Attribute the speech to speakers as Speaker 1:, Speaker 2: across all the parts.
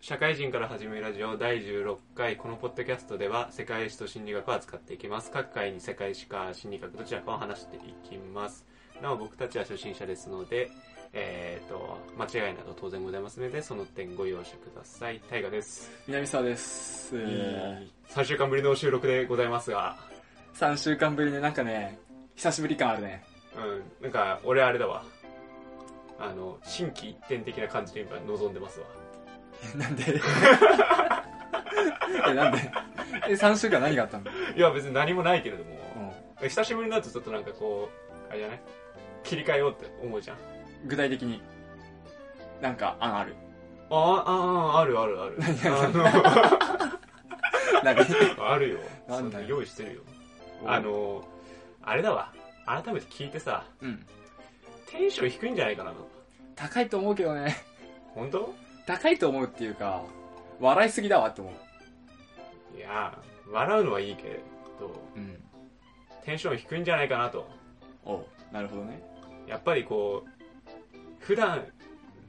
Speaker 1: 社会人から始めるラジオ第16回このポッドキャストでは世界史と心理学を扱っていきます各回に世界史か心理学どちらかを話していきますなお僕たちは初心者ですのでえー、と間違いなど当然ございますのでその点ご容赦ください大河です
Speaker 2: 南沢です、え
Speaker 1: 3週間ぶりの収録でございますが
Speaker 2: ー、3週間ぶりでなんかね久しぶり感あるね
Speaker 1: うんなんか俺あれだわあの心機一転的な感じで今望んでますわ
Speaker 2: えなんで えなんでえ3週間何があったの、
Speaker 1: いや別に何もないけれども、
Speaker 2: う
Speaker 1: 久しぶりになるとちょっとなんかこうあれじゃない切り替えようって思うじゃん
Speaker 2: ん、具体的になんか案ある
Speaker 1: あああああるあるあ る あ
Speaker 2: 何
Speaker 1: のあるよ
Speaker 2: なんだよ
Speaker 1: そ用意してるよあのあれだわ改めて聞いてさ
Speaker 2: うん
Speaker 1: テンション低いんじゃないかな
Speaker 2: 高いと思うけどね
Speaker 1: 本当
Speaker 2: 高いと思うっていうか笑いすぎだわって思う
Speaker 1: いや笑うのはいいけど
Speaker 2: うん
Speaker 1: テンション低いんじゃないかなと
Speaker 2: おうなるほどね
Speaker 1: やっぱりこう普段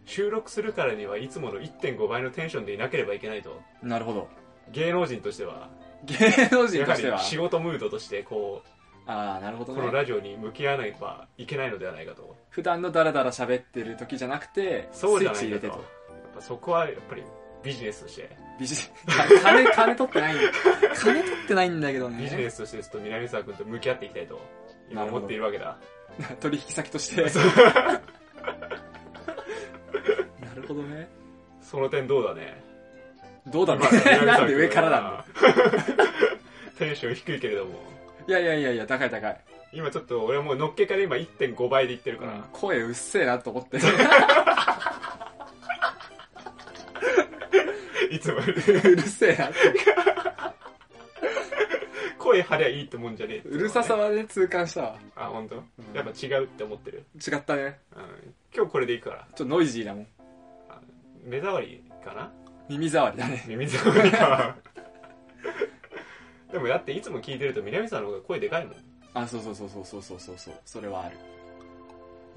Speaker 1: 収録するからにはいつもの1.5倍のテンションでいなければいけないと
Speaker 2: なるほど
Speaker 1: 芸能人としては
Speaker 2: 芸能人
Speaker 1: や
Speaker 2: と
Speaker 1: は
Speaker 2: しては
Speaker 1: り仕事ムードとしてこう
Speaker 2: ああなるほど
Speaker 1: この
Speaker 2: ね
Speaker 1: ラジオに向き合わなければいけないのではないかと
Speaker 2: 普段のダラダラ喋ってる時じゃなくて
Speaker 1: そうじゃな
Speaker 2: スイッ
Speaker 1: い
Speaker 2: チ入
Speaker 1: かとやっ
Speaker 2: れてと
Speaker 1: ぱそこはやっぱりビジネスとして
Speaker 2: ビジ 金、金取ってないんだ。金取ってないんだけどね。
Speaker 1: ビジネスとしてちょっと南沢君と向き合っていきたいと今
Speaker 2: なるほ
Speaker 1: 思っ
Speaker 2: ど
Speaker 1: ているわけだ
Speaker 2: 取引先として。 なるほどね。
Speaker 1: その点どうだね
Speaker 2: どうだろ
Speaker 1: 今の南沢
Speaker 2: う な
Speaker 1: 君
Speaker 2: んで上からなんだ。
Speaker 1: テンション低いけれども
Speaker 2: いやいやいやいや、高い高い。
Speaker 1: 今ちょっと俺はもうのっけから今1.5倍でいってるから、
Speaker 2: 声うっせえなと思 って。
Speaker 1: いつもより
Speaker 2: うるせえなって。
Speaker 1: 声張りゃいいってもんじゃねえっていうのはね
Speaker 2: るささはね、痛感したわ。
Speaker 1: あ本当、
Speaker 2: ん
Speaker 1: やっぱ違うって思ってる、
Speaker 2: 違ったね。
Speaker 1: うん、今日これでいくから
Speaker 2: ちょっとノイジーだもん。
Speaker 1: 目障りかな
Speaker 2: 耳障りだね。
Speaker 1: 耳障りか でもだっていつも聞いてると南さんの方が声でかいもん
Speaker 2: あ、そうそうそうそうそうそうそうそう。それはある。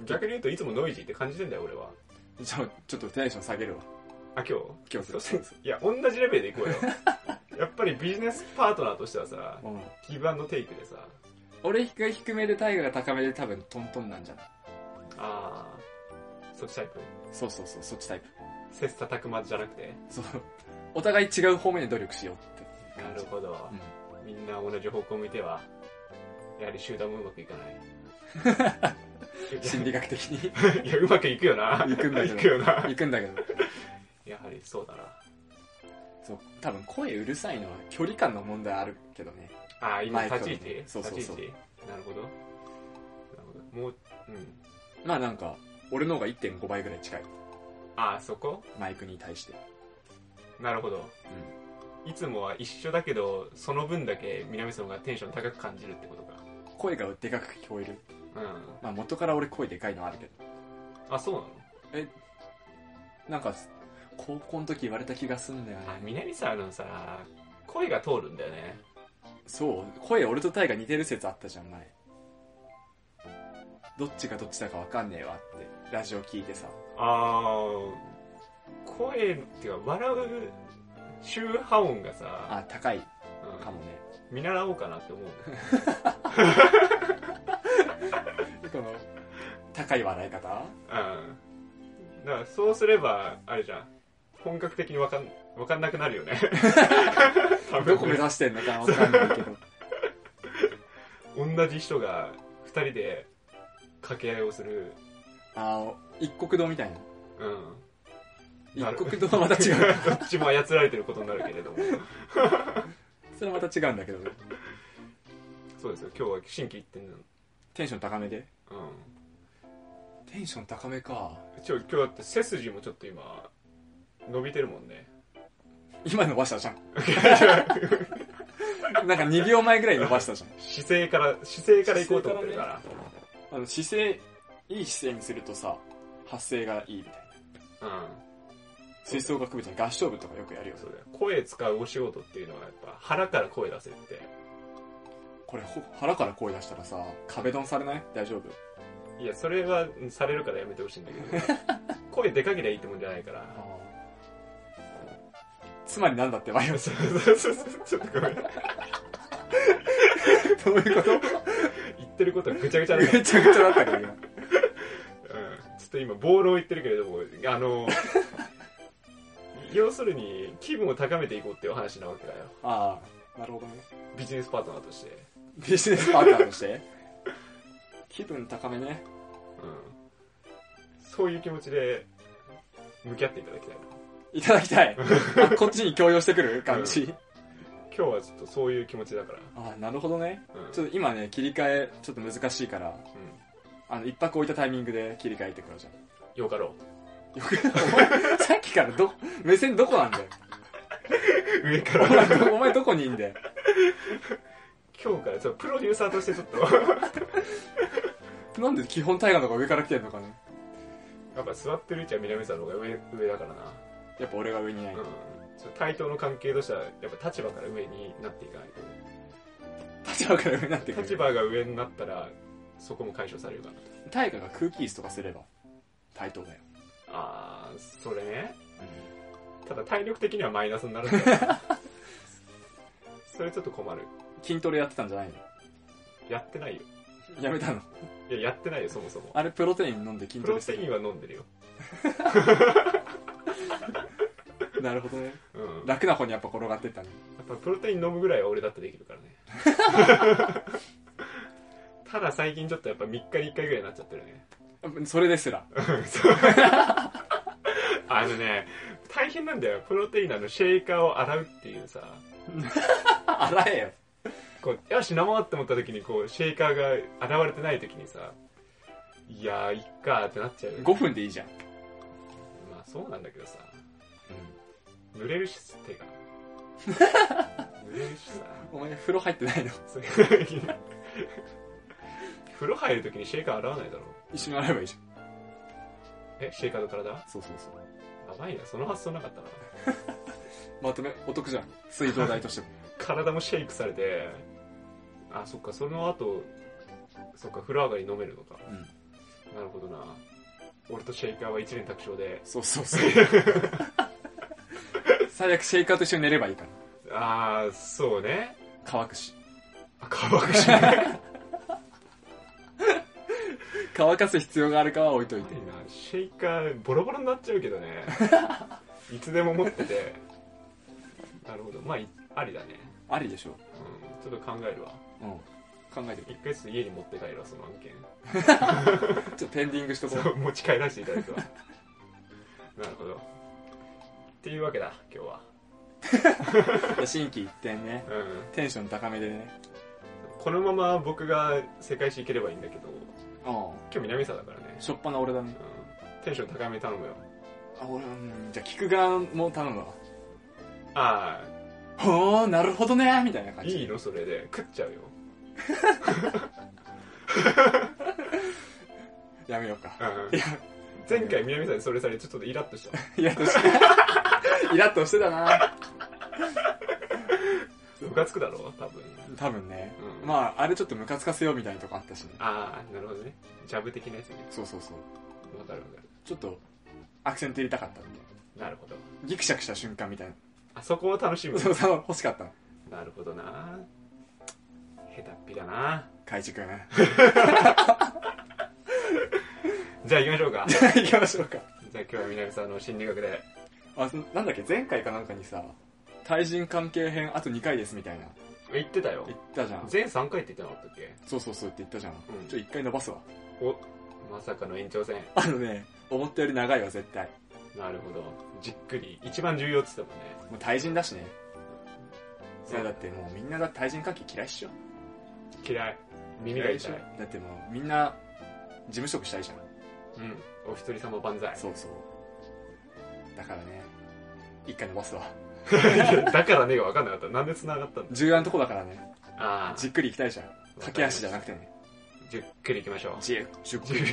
Speaker 1: 逆に言うといつもノイジーって感じてんだよ俺は
Speaker 2: ちょ、ちょっとテンション下げるわ。
Speaker 1: あ今
Speaker 2: 今日
Speaker 1: 日
Speaker 2: する。
Speaker 1: いや同じレベルでいこう よやっぱりビジネスパートナーとしてはさ
Speaker 2: うん。
Speaker 1: ギブアンドテイクでさ
Speaker 2: 俺低い低めで、タイガが高めで多分トントンなんじゃない
Speaker 1: ああそっちタイプ
Speaker 2: そうそうそう、そっちタイプ。
Speaker 1: 切磋琢磨じゃなくて
Speaker 2: そう。お互い違う方面で努力しようって
Speaker 1: な
Speaker 2: 感
Speaker 1: る
Speaker 2: じ。
Speaker 1: ほど、
Speaker 2: うん
Speaker 1: みんな同じ方向向いてはやはり集団もうまくいかない
Speaker 2: 心理学的に
Speaker 1: いやうまくいくよな
Speaker 2: 行くんだけど
Speaker 1: いくよな
Speaker 2: 行くんだけど。
Speaker 1: やはりそうだな
Speaker 2: そう、多分声うるさいのは距離感の問題あるけどね。
Speaker 1: ああ今
Speaker 2: マイクの
Speaker 1: 立ち位置、
Speaker 2: そうそうそ
Speaker 1: 立
Speaker 2: う
Speaker 1: ち位置なるほどなるほどもううん
Speaker 2: まあなんか、俺の方が1.5倍ぐらい近い。
Speaker 1: ああそこ
Speaker 2: マイクに対して。
Speaker 1: なるほどいつもは一緒だけどその分だけ南さんがテンション高く感じるってことか
Speaker 2: 声がでかく聞こえる。
Speaker 1: うん
Speaker 2: まあ元から俺声でかいのあるけど。
Speaker 1: あそうなの
Speaker 2: なんか、高校の時言われた気がすんだよね。
Speaker 1: あ南さんのさ声が通るんだよね
Speaker 2: そう、声俺とタイが似てる説あったじゃん、前。どっちがどっちだかわかんねえわって、ラジオ聞いてさ。
Speaker 1: ああ声っていうか笑う周波音がさ、
Speaker 2: あ、高い
Speaker 1: うん
Speaker 2: かもね。
Speaker 1: 見習おうかなって思う
Speaker 2: この、高い笑い方
Speaker 1: うんだからそうすればあれじゃん本格的にわかんわかんなくなるよね多
Speaker 2: どこ
Speaker 1: 分
Speaker 2: 目
Speaker 1: ね
Speaker 2: 指してんのかわかんないけ ど。
Speaker 1: 同じ人が2人で掛け合いをする
Speaker 2: あの、一国堂みたいな。
Speaker 1: うん な
Speaker 2: 一
Speaker 1: る
Speaker 2: 国堂はまた違う。
Speaker 1: どっちも操られてることになるけれども
Speaker 2: それはまた違うんだけど、
Speaker 1: そうですよ今日は新規一転なの
Speaker 2: テンション高めで。
Speaker 1: うん
Speaker 2: テンション高めか。
Speaker 1: ちょ今日だって背筋もちょっと今伸びてるもんね
Speaker 2: 今伸ばしたじ ゃん。なんか2秒前ぐらいに伸ばしたじゃん。
Speaker 1: 姿勢から姿勢からいこうと思ってるから
Speaker 2: あの姿勢、いい姿勢にするとさ、発声がいいみたいな。吹奏楽部じゃん合唱部とかよくやる
Speaker 1: う
Speaker 2: よ
Speaker 1: ん。そうだよ声使うお仕事っていうのはやっぱ腹から声出せって
Speaker 2: これ、ほ腹から声出したらさ、壁ドンされない大丈夫
Speaker 1: いやそれは うんされるからやめてほしいんだけど声でかけりゃいいってもんじゃないから
Speaker 2: つまりなんだって迷う。
Speaker 1: そうそうそうそうちょっとごめん
Speaker 2: どういう こと
Speaker 1: 言ってることがぐちゃぐちゃだ
Speaker 2: め
Speaker 1: から、うん、
Speaker 2: ちゃくちゃだったけど、今。
Speaker 1: ちょっと今暴論言ってるけれどもあ の要するに気分を高めていこうっていうお話なわけだよ
Speaker 2: ああ、なるほどね。
Speaker 1: ビジネスパートナーとして
Speaker 2: ビジネスパートナーとして。気分高めね。
Speaker 1: うんそういう気持ちで向き合っていただきたいない
Speaker 2: ただきたい。あこっちに強要してくる感じ。
Speaker 1: 今日はちょっとそういう気持ちだから、
Speaker 2: ああ、なるほどね。
Speaker 1: うん
Speaker 2: ちょっと今ね、切り替え、ちょっと難しいから、
Speaker 1: う
Speaker 2: あの、一泊置いたタイミングで切り替えてください。
Speaker 1: ん、よか ろ
Speaker 2: よく、お前、さっきからど、目線どこなんだよ。
Speaker 1: う上か
Speaker 2: お前
Speaker 1: ら
Speaker 2: ど、お前どこにいんだよ。
Speaker 1: 今日からちょっとプロデューサーとしてちょっと
Speaker 2: なんで基本大河の方が上から来てんのかね。
Speaker 1: やっぱ座ってる位置は南さんの方が上上だからな
Speaker 2: やっぱ俺が上にない。
Speaker 1: うんちょっと対等の関係としてはやっぱ立場から上になっていかないと
Speaker 2: 立場から上になってくる。
Speaker 1: 立場が上になったらそこも解消されるかな
Speaker 2: 大河が空気椅子とかすれば、対等だよ。
Speaker 1: ああそれねただ体力的にはマイナスになるんだよ それちょっと困る
Speaker 2: 筋トレやってたんじゃないの
Speaker 1: やってないよ
Speaker 2: やめたの
Speaker 1: いややってないよそもそも
Speaker 2: あれプロテイン飲んで筋
Speaker 1: プ
Speaker 2: ト
Speaker 1: ロ
Speaker 2: レす
Speaker 1: テイ
Speaker 2: る
Speaker 1: ンは飲んでるよ、
Speaker 2: なるほどね
Speaker 1: うん、や
Speaker 2: 楽な方にやっぱ転がってったね
Speaker 1: っぱプロテイン飲むぐらいは俺だってできるからね ただ最近ちょっとやっぱ3日に1回ぐらいになっちゃってるね
Speaker 2: それですら
Speaker 1: そうあのね大変なんだよプロテインのあのシェイカーを洗うっていうさ
Speaker 2: 洗えよ
Speaker 1: こうよし飲もうって思った時にこうシェイカーが現れてない時にさいやーいっかーってなっちゃうよね
Speaker 2: 5分でいいじゃん、
Speaker 1: まあそうなんだけどさ濡れるし手が濡れるしさ
Speaker 2: お前風呂入ってないの
Speaker 1: そういう時に風呂入る時にシェイカー洗わないだろ
Speaker 2: 一緒に洗えばいいじゃ
Speaker 1: えシェイカーと体や
Speaker 2: んそうそうそう
Speaker 1: ばいなその発想なかったな
Speaker 2: まとめお得じゃん水道代としても
Speaker 1: 体もシェイクされてあそっかその後そっか風呂上がり飲めるのか
Speaker 2: うん
Speaker 1: なるほどな俺とシェイカーは一連卓上で
Speaker 2: そうそう そう最悪シェイカーと一緒に寝ればいいから
Speaker 1: ああそうね
Speaker 2: 乾くし
Speaker 1: あ乾くしないな
Speaker 2: 乾かす必要があるかは置いといて
Speaker 1: シェイカーボロボロになっちゃうけどねいつでも持っててなるほどまあいありだね、
Speaker 2: ありでしょ
Speaker 1: うん、ちょっと考えるわ
Speaker 2: うん考えてみ
Speaker 1: 一回ずつ家に持って帰るわその案件
Speaker 2: るちょっとペンディングしとこ
Speaker 1: そうう持ち帰らせていただくわなるほどっていうわけだ今日は
Speaker 2: で心機一転ね
Speaker 1: うん
Speaker 2: テンション高めでね
Speaker 1: このまま僕が世界史行ければいいんだけど
Speaker 2: うん
Speaker 1: 今日南沢だからね、
Speaker 2: しょっぱな俺だね
Speaker 1: うん、テンション高め頼むよ
Speaker 2: あ俺うんじゃあ聞く側も頼むわ
Speaker 1: あ
Speaker 2: ほーなるほどねみたいな
Speaker 1: あ
Speaker 2: 感じ
Speaker 1: いいのそれで食っちゃうよ
Speaker 2: やめよう か
Speaker 1: うん
Speaker 2: いや
Speaker 1: 前回南さんにそれされてちょっとイラッとした
Speaker 2: イラッとして イラッとしてたな
Speaker 1: ムカつくだろ多分
Speaker 2: 多分ね、
Speaker 1: うん
Speaker 2: まああれちょっとムカつかせようみたいなとこあったしね
Speaker 1: ああなるほどねジャブ的なやつね
Speaker 2: そうそうそう
Speaker 1: わかるわかる
Speaker 2: ちょっとアクセント入れたかったんで
Speaker 1: なるほど
Speaker 2: ギクシャクした瞬間みたい
Speaker 1: あそこを楽し む
Speaker 2: なそうそう欲しかったの
Speaker 1: なるほどな下手っぴだな
Speaker 2: 海地君
Speaker 1: じゃあ行きましょうか
Speaker 2: 行きましょうか
Speaker 1: じゃあ今日は南さんの心理学で
Speaker 2: あそなんだっけ前回かなんかにさ対人関係編あと2回ですみたいな
Speaker 1: 言ってたよ
Speaker 2: 言ったじゃん
Speaker 1: 全3回って言ってなかったっけ
Speaker 2: そうそうそうって言ったじゃん、
Speaker 1: うん
Speaker 2: ちょ1回伸ばすわ
Speaker 1: おまさかの延長戦
Speaker 2: あのね思ったより長いわ絶対
Speaker 1: なるほどじっくり一番重要っつってたもんね
Speaker 2: もう対人だしねい
Speaker 1: そ
Speaker 2: や
Speaker 1: う
Speaker 2: だってもうみんなだって対人関係嫌いっしょ
Speaker 1: 嫌い耳が痛い
Speaker 2: だってもうみんな事務職したいじゃん
Speaker 1: うんお一人様万歳
Speaker 2: そうそうだからね一回伸ばすわ
Speaker 1: だからねが分かんなかったなんで繋がったんだ
Speaker 2: 重要なとこだからね
Speaker 1: ああ
Speaker 2: じっくり行きたいじゃん駆け足じゃなくてね
Speaker 1: じっくりいきましょう
Speaker 2: じっじっくり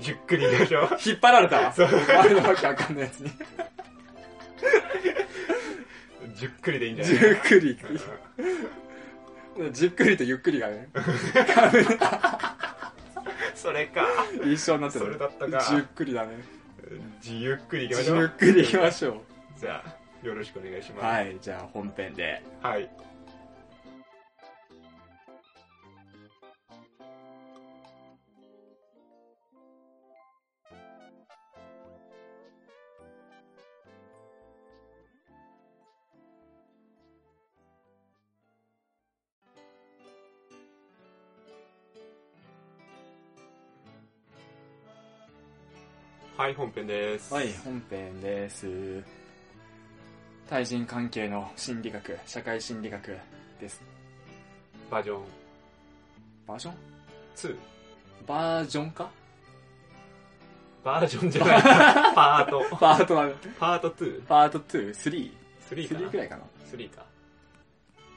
Speaker 1: じっくりいきましょう
Speaker 2: 引っ張られたわ
Speaker 1: そう
Speaker 2: あれのわけわかんないやつに
Speaker 1: じっくりでいいんじゃ
Speaker 2: じ
Speaker 1: な
Speaker 2: っ
Speaker 1: いうん
Speaker 2: くりじっくりとゆっくりがね
Speaker 1: それか
Speaker 2: 一緒になって
Speaker 1: それだったか
Speaker 2: じっくりだね
Speaker 1: じゆっくりいきましょ
Speaker 2: ゆっ
Speaker 1: う
Speaker 2: くりいきましょ
Speaker 1: じゃあよろしくお願いし
Speaker 2: う。
Speaker 1: ます
Speaker 2: はい、じゃあ本編で。
Speaker 1: はい。はい、本編です。
Speaker 2: はい、本編です。対人関係の心理学、社会心理学です。
Speaker 1: バージョン
Speaker 2: バージョン
Speaker 1: 2。
Speaker 2: バージョンか
Speaker 1: バージョンじゃない。 パート。
Speaker 2: パート1、
Speaker 1: パート 2?3
Speaker 2: パート2、3、
Speaker 1: かな
Speaker 2: 3くらいかな。
Speaker 1: ?3 か。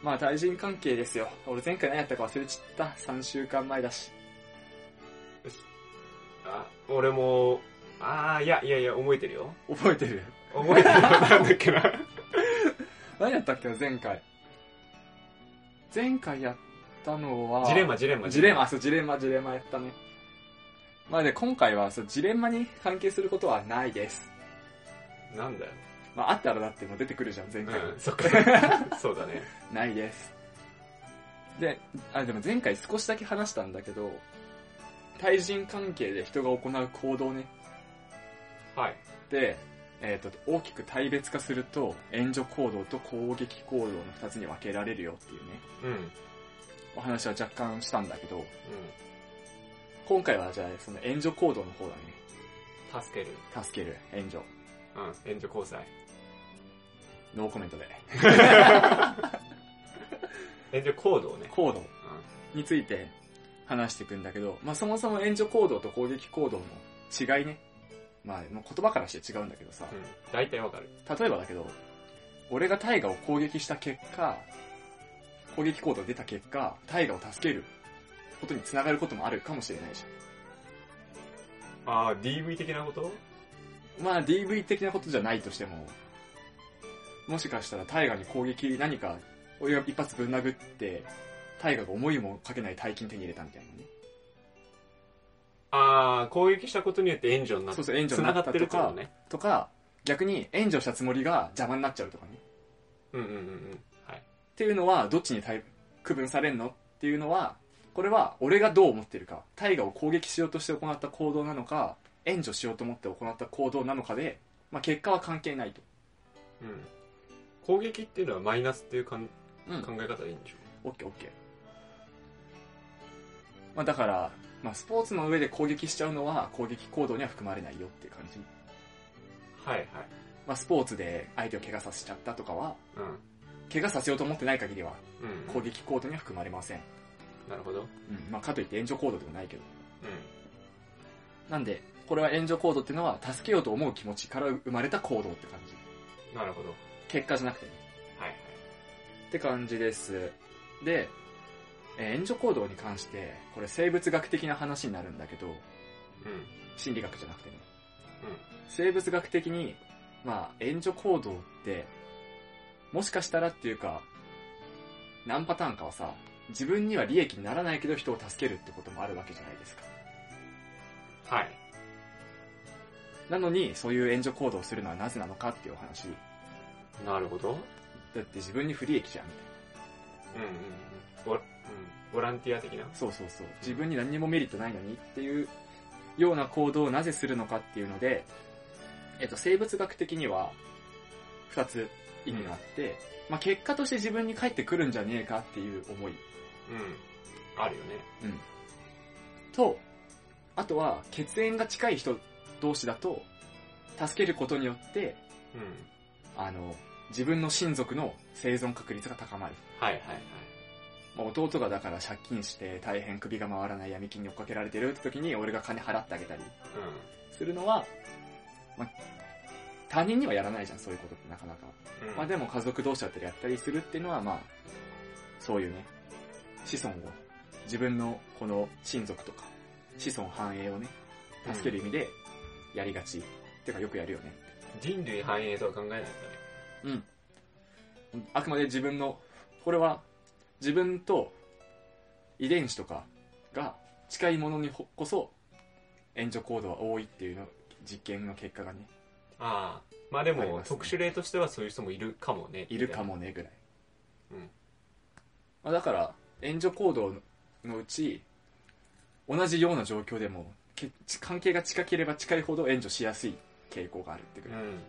Speaker 2: まあ対人関係ですよ。俺前回何やったか忘れちった。3週間前だし。
Speaker 1: あ、俺も、あー、いや、いやいや、覚えてるよ。
Speaker 2: 覚えてる
Speaker 1: 覚えてるよ。なんだっけな。
Speaker 2: 何やったっけな、前回。前回やったの は、
Speaker 1: ジレンマ、ジレンマ。
Speaker 2: ジレンマ、そう、ジレンマ、ジレンマやったね。まあで、今回は、そう、ジレンマに関係することはないです。
Speaker 1: マ。なんだよ。
Speaker 2: まあ、あったらだってもう出てくるじゃん、前回。
Speaker 1: うん、 そっか。そうだね。
Speaker 2: ないです。で、あ、でも前回少しだけ話したんだけど、対人関係で人が行う行動ね。
Speaker 1: はい。
Speaker 2: で、えっ、と、大きく対別化すると、援助行動と攻撃行動の二つに分けられるよっていうね、
Speaker 1: うん。うん。
Speaker 2: お話は若干したんだけど、今回はじゃあ、その援助行動の方だね。
Speaker 1: 助ける。
Speaker 2: 助ける、援助。
Speaker 1: うん。援助交際。
Speaker 2: ノーコメントで。
Speaker 1: 援助行動ね。
Speaker 2: 行動について話していくんだけど、まあそもそも援助行動と攻撃行動の違いね。まあ、もう言葉からして違うんだけどさ、
Speaker 1: うん。うん。大体わかる。
Speaker 2: 例えばだけど、俺がタイガを攻撃した結果、攻撃行動出た結果、タイガを助けることにつながることもあるかもしれないじ
Speaker 1: あー、DV 的なこと
Speaker 2: ゃん。まあ DV 的なことじゃないとしても、もしかしたらタイガに攻撃何か、俺が一発ぶん殴って、タイガが思いもかけない大金手に入れたみたいなね。
Speaker 1: あー、攻撃したことによって援助になっ
Speaker 2: そう
Speaker 1: て、
Speaker 2: そう、援助に
Speaker 1: 繋
Speaker 2: な
Speaker 1: が
Speaker 2: っ
Speaker 1: ったてる
Speaker 2: と
Speaker 1: から
Speaker 2: か、
Speaker 1: ね。
Speaker 2: とか、逆に援助したつもりが邪魔になっちゃうとかね。
Speaker 1: うんうんうんうん。はい。
Speaker 2: っていうのはどっちにタイ区分されんのっていうのはこれは俺がどう思ってるかタイガを攻撃しようとして行った行動なのか援助しようと思って行った行動なのかで、まあ、結果は関係ないと、
Speaker 1: うん。攻撃っていうのはマイナスっていうかん
Speaker 2: うん、
Speaker 1: 考え方でいいんでしょ
Speaker 2: OKOK、まあ、だから、まあ、スポーツの上で攻撃しちゃうのは攻撃行動には含まれないよっていう感じ、
Speaker 1: はいはい。
Speaker 2: まあ、スポーツで相手を怪我させちゃったとかは
Speaker 1: うん。
Speaker 2: 怪我させようと思ってない限りは
Speaker 1: うん。
Speaker 2: 攻撃行動には含まれません、
Speaker 1: なるほど。うん。
Speaker 2: うんまあ、かといって援助行動でもないけどなんで、これは援助行動っていうのは、助けようと思う気持ちから生まれた行動って感じ。
Speaker 1: なるほど。は
Speaker 2: 結果じゃなくてね。
Speaker 1: いはい。
Speaker 2: って感じです。で、えー援助行動に関して、これ生物学的な話になるんだけど、
Speaker 1: うん。
Speaker 2: 心理学じゃなくてね。生物学的に、まあ、援助行動って、もしかしたらっていうか、何パターンかはさ、自分には利益にならないけど人を助けるってこともあるわけじゃないですか。
Speaker 1: はい。
Speaker 2: なのに、そういう援助行動をするのはなぜなのかっていうお話。
Speaker 1: なるほど。うんうん
Speaker 2: だって自分に不利益じゃんみたいな。
Speaker 1: ボ,、うん、ボランティア的な。
Speaker 2: そうそうそう。自分に何にもメリットないのにっていうような行動をなぜするのかっていうので、えっと、生物学的には二つ意味があって、まあ、結果として自分に返ってくるんじゃねえかっていう思
Speaker 1: う
Speaker 2: い
Speaker 1: ん。あるよね。
Speaker 2: と、あとは血縁が近い人同士だと、助けることによって、
Speaker 1: うん。
Speaker 2: あの、自分の親族の生存確率が高まる。
Speaker 1: はいはいはい。
Speaker 2: まあ、弟がだから借金して大変首が回らない闇金に追っかけられてるって時に俺が金払ってあげたり、するのは、まあ、他人にはやらないじゃん、そういうことってなかなか。
Speaker 1: うん。うん、
Speaker 2: まあでも家族同士だったりやったりするっていうのはまあ、そういうね、子孫を、自分のこの親族とか、子孫繁栄をね、助ける意味でやりがち。てかよくやるよね。
Speaker 1: 人類繁栄とは考えないんだね。
Speaker 2: うん。あくまで自分の、これは自分と遺伝子とかが近いものにこそ援助行動は多いっていうの実験の結果がね、
Speaker 1: ああまあで
Speaker 2: あり
Speaker 1: も
Speaker 2: ますね
Speaker 1: 特殊例としてはそういう人もいるかもね
Speaker 2: いるか
Speaker 1: も
Speaker 2: もねぐらい。
Speaker 1: うん
Speaker 2: まあ、だから、援助行動のうち、同じような状況でも、け関係が近ければ近いほど援助しやすい傾向があるってぐ
Speaker 1: う
Speaker 2: らい。
Speaker 1: んうん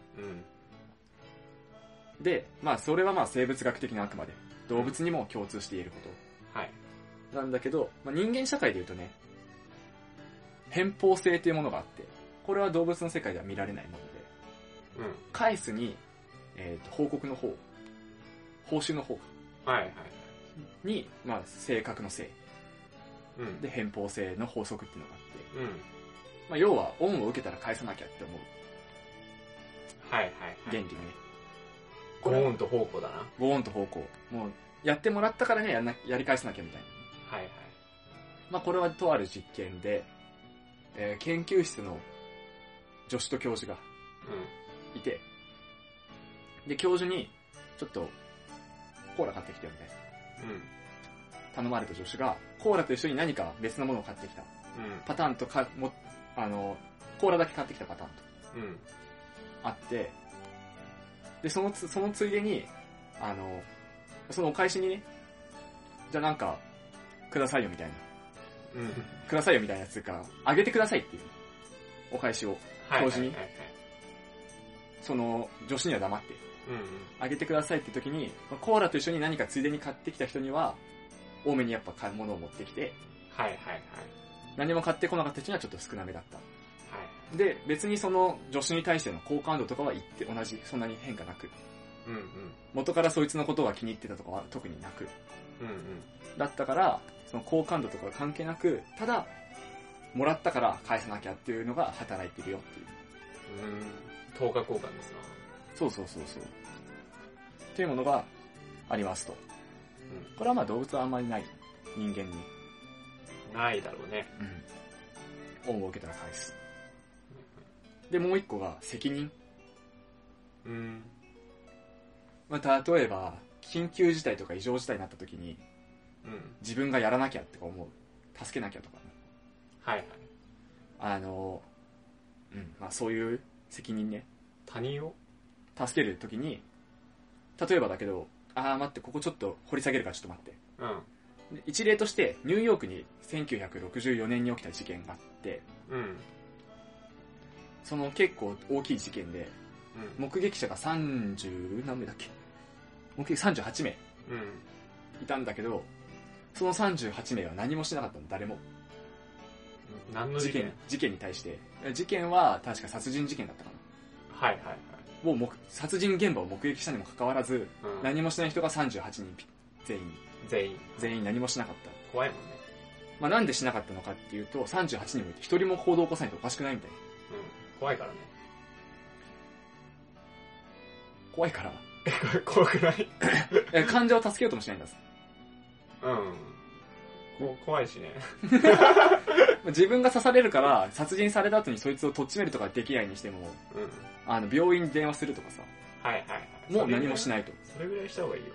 Speaker 2: で、まあ、それはまあ生物学的なあくまで、動物にも共通して言えること。
Speaker 1: はい
Speaker 2: なんだけど、まあ、人間社会で言うとね、偏方性というものがあって、これは動物の世界では見られないもので、
Speaker 1: うん
Speaker 2: 返すに、えーと、報告の方、報酬の方
Speaker 1: はいはい
Speaker 2: に、まあ、性格の性、
Speaker 1: うん
Speaker 2: で、偏方性の法則っていうのがあって、
Speaker 1: うん
Speaker 2: まあ、要は、恩を受けたら返さなきゃって思う
Speaker 1: はいはいはい
Speaker 2: 原理ね。
Speaker 1: ゴーンと方向だなは
Speaker 2: ご恩と奉公。もう、やってもらったからにはやんなやり返さなきゃみたいな。
Speaker 1: いはい
Speaker 2: まあ、これはとある実験で、えー研究室の助手と教授がいて、で、教授に、ちょっと、コーラ買ってきてよみたい
Speaker 1: う
Speaker 2: な。
Speaker 1: んうん
Speaker 2: 頼まれた助手が、コーラと一緒に何か別のものを買ってきた。パターンとか、も、あの、コーラだけ買ってきたパターンと
Speaker 1: うんうん
Speaker 2: あって、で、そのつ、そのついでに、あの、そのお返しにね、じゃあなんか、くださいよみたいな。
Speaker 1: うん
Speaker 2: くださいよみたいなやつから、あげてくださいっていう。お返しを。
Speaker 1: はい
Speaker 2: 同時に
Speaker 1: はいはいはい
Speaker 2: その、女子には黙って。
Speaker 1: うん
Speaker 2: あげてくださいって時に、まあコーラと一緒に何かついでに買ってきた人には、多めにやっぱ買い物を持ってきて、
Speaker 1: はいはいはい
Speaker 2: 何も買ってこなかった人にはちょっと少なめだった。
Speaker 1: はい
Speaker 2: で、別にその女子に対しての好感度とかは一って同じ、そんなに変化なく。
Speaker 1: うんうん
Speaker 2: 元からそいつのことが気に入ってたとかは特になく。
Speaker 1: うん
Speaker 2: だったから、その好感度とかは関係なく、ただ、もらったから返さなきゃっていうのが働いてるよっていう。
Speaker 1: うんうん等価交換ですな
Speaker 2: そうそうそうそう。っていうものがありますと。これはまあ動物はあんまりない。人間
Speaker 1: う
Speaker 2: に。
Speaker 1: んないだろうね
Speaker 2: うん。恩を受けたら返す。で、もう一個が責任。
Speaker 1: うん
Speaker 2: まあ、例えば、緊急事態とか異常事態になった時に、
Speaker 1: うん
Speaker 2: 自分がやらなきゃとか思う。助けなきゃとかね。
Speaker 1: はいはい
Speaker 2: あの、うん、まあそういう責任ね。
Speaker 1: 他人を
Speaker 2: 助ける時に、例えばだけど、あー待って、ここちょっと掘り下げるからちょっと待って。
Speaker 1: うん
Speaker 2: で一例として、ニューヨークに1964年に起きた事件があって、
Speaker 1: うん
Speaker 2: その結構大きい事件で、
Speaker 1: うん
Speaker 2: 目撃者が30何名だっけ目撃38名
Speaker 1: うん
Speaker 2: いたんだけど、その38名は何もしてなかったの、誰も。
Speaker 1: 何の
Speaker 2: 事
Speaker 1: 事
Speaker 2: 件
Speaker 1: 件、
Speaker 2: 事件に対して。事件は確か殺人事件だったか
Speaker 1: はいはいはい
Speaker 2: な。もう目殺人現場を目撃したにもかかわらず、
Speaker 1: うん
Speaker 2: 何もしない人が38人ぴ、全員、
Speaker 1: 全員
Speaker 2: 全員何もしなかった。
Speaker 1: 怖いもんね
Speaker 2: まあ、なんでしなかったのかっていうと、38人もいて、一人も行動を起こさないとおかしくないみたいな。
Speaker 1: うん怖いからね
Speaker 2: 怖いから。
Speaker 1: 怖くない
Speaker 2: え患者を助けようともしないんだ。
Speaker 1: うんこ怖いしね
Speaker 2: 自分が刺されるから、殺人された後にそいつをとっちめるとかできないにしても、
Speaker 1: うん
Speaker 2: あの、病院に電話するとかさ、
Speaker 1: はいはいはい
Speaker 2: もう何もし
Speaker 1: い
Speaker 2: ないと。
Speaker 1: それぐらいした方がいいよ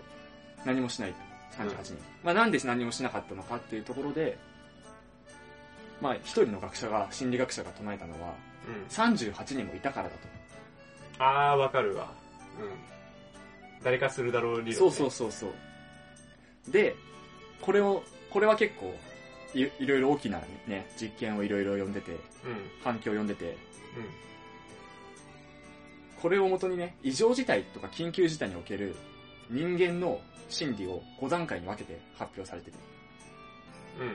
Speaker 2: 何もしないと。38人。まあ、なんで何もしなかったのかっていうところで、まあ、一人の学者が、心理学者が唱えたのは、
Speaker 1: うん
Speaker 2: 38人もいたからだと。
Speaker 1: ああわかるわうん誰かするだろう理論ね
Speaker 2: そうそうそうそう。で、これを、これは結構、いいろいろ大きなね、実験をいろいろ読んでて、
Speaker 1: うん
Speaker 2: 反響を読んでて、これをもとにね、異常事態とか緊急事態における人間の心理を5段階に分けて発表されてる。
Speaker 1: うん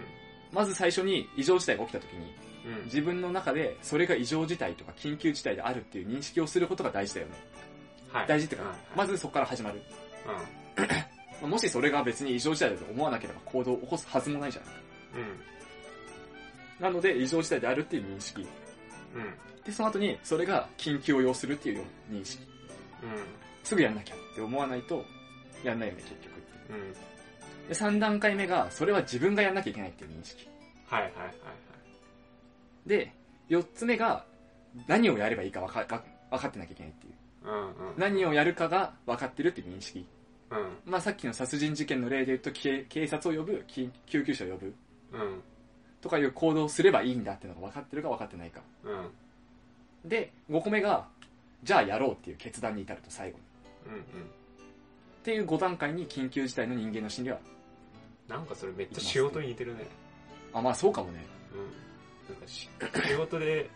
Speaker 2: まず最初に異常事態が起きた時に、
Speaker 1: うんうん
Speaker 2: 自分の中でそれが異常事態とか緊急事態であるっていう認識をすることが大事だよね。
Speaker 1: はい
Speaker 2: 大事っていう
Speaker 1: うん
Speaker 2: か
Speaker 1: はい、
Speaker 2: まずそこから始まる。まあもしそれが別に異常事態だと思わなければ行動を起こすはずもないじゃない
Speaker 1: うん
Speaker 2: なので異常事態であるっていう認識。
Speaker 1: うんうん
Speaker 2: で、その後にそれが緊急を要するっていう認識。すぐやんなきゃって思わないと、やんないよね、結局っていう。
Speaker 1: うんうん
Speaker 2: で、3段階目が、それは自分がやんなきゃいけないっていう認識。
Speaker 1: はいはいはいはい
Speaker 2: で、4つ目が、何をやればいいか分かわ分かってなきゃいけないっていう。
Speaker 1: うんうん
Speaker 2: 何をやるかが分かってるっていう認識。
Speaker 1: うん
Speaker 2: まあさっきの殺人事件の例で言うと、警警察を呼ぶ、き救急車を呼ぶ
Speaker 1: うん
Speaker 2: とかいう行動をすればいいんだっていうのが分かってるか分かってないか。
Speaker 1: うん
Speaker 2: で5個目がじゃあやろうっていう決断に至ると最後に
Speaker 1: うんうん
Speaker 2: っていう5段階に緊急事態の人間の心理は
Speaker 1: なんかそれめっちゃ仕事に似てるね
Speaker 2: あまあそうかもね
Speaker 1: うんなんかし仕事で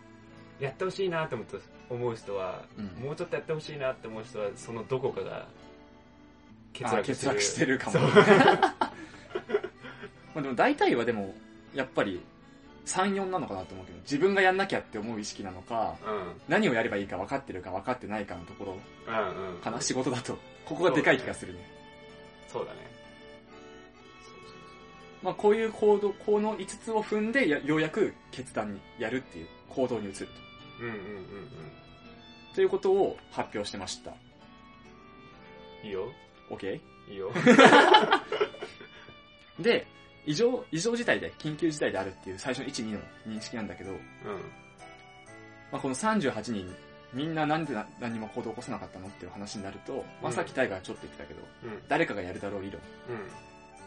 Speaker 1: やってほしいなって思った思う人は、
Speaker 2: うん
Speaker 1: もうちょっとやってほしいなって思う人はそのどこかが欠
Speaker 2: あ
Speaker 1: 落して
Speaker 2: 欠
Speaker 1: る
Speaker 2: 落してるかも
Speaker 1: そう
Speaker 2: まあでも大体はでもやっぱり34なのかなと思うけど自分がやんなきゃって思う意識なのか
Speaker 1: うん
Speaker 2: 何をやればいいか分かってるか分かってないかのところ
Speaker 1: うんうん
Speaker 2: かな仕事だとここがでかい気がするね
Speaker 1: そうだね
Speaker 2: まあこういう行動この5つを踏んでやようやく決断にやるっていう行動に移ると
Speaker 1: うんうんうん
Speaker 2: ということを発表してました
Speaker 1: うんいいよ
Speaker 2: OK?
Speaker 1: いい よ
Speaker 2: で異常異常事態で緊急事態であるっていう最初の12の認識なんだけど、
Speaker 1: う
Speaker 2: まあ、この38人みんななんでな何も行動を起こさなかったのっていう話になると、まあ、さっきタイガーがちょっと言ってたけど、
Speaker 1: んうん
Speaker 2: 誰かがやるだろう理論、
Speaker 1: うん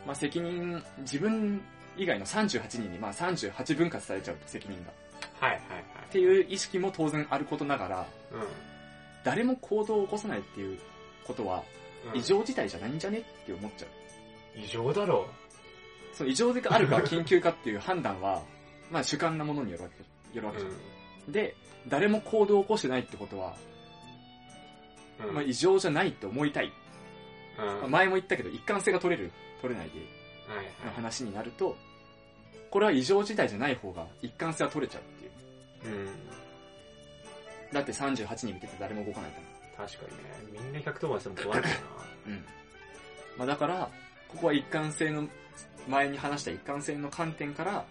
Speaker 2: まあ、責任自分以外の38人にまあ38分割されちゃうと責任が
Speaker 1: はいはいはい
Speaker 2: っていう意識も当然あることながら
Speaker 1: うん
Speaker 2: 誰も行動を起こさないっていうことは
Speaker 1: うん
Speaker 2: 異常事態じゃないんじゃねって思っちゃう
Speaker 1: 異常だろ
Speaker 2: その異常があるか緊急かっていう判断はまあ主観なものによるわけよる
Speaker 1: う
Speaker 2: わけじゃん、
Speaker 1: う
Speaker 2: で誰も行動を起こしてないってことは、
Speaker 1: んうん
Speaker 2: まあ、異常じゃないって思いたい、
Speaker 1: うん
Speaker 2: まあ前も言ったけど一貫性が取れる取れないで
Speaker 1: はい
Speaker 2: の
Speaker 1: はい
Speaker 2: 話になるとこれは異常事態じゃない方が一貫性は取れちゃうっていう
Speaker 1: うん
Speaker 2: だって38人見てて誰も動かないから
Speaker 1: 確かにねみんな110番しても怖いよな
Speaker 2: うん。まあだから、ここは一貫性の、前に話した一貫性の観点から、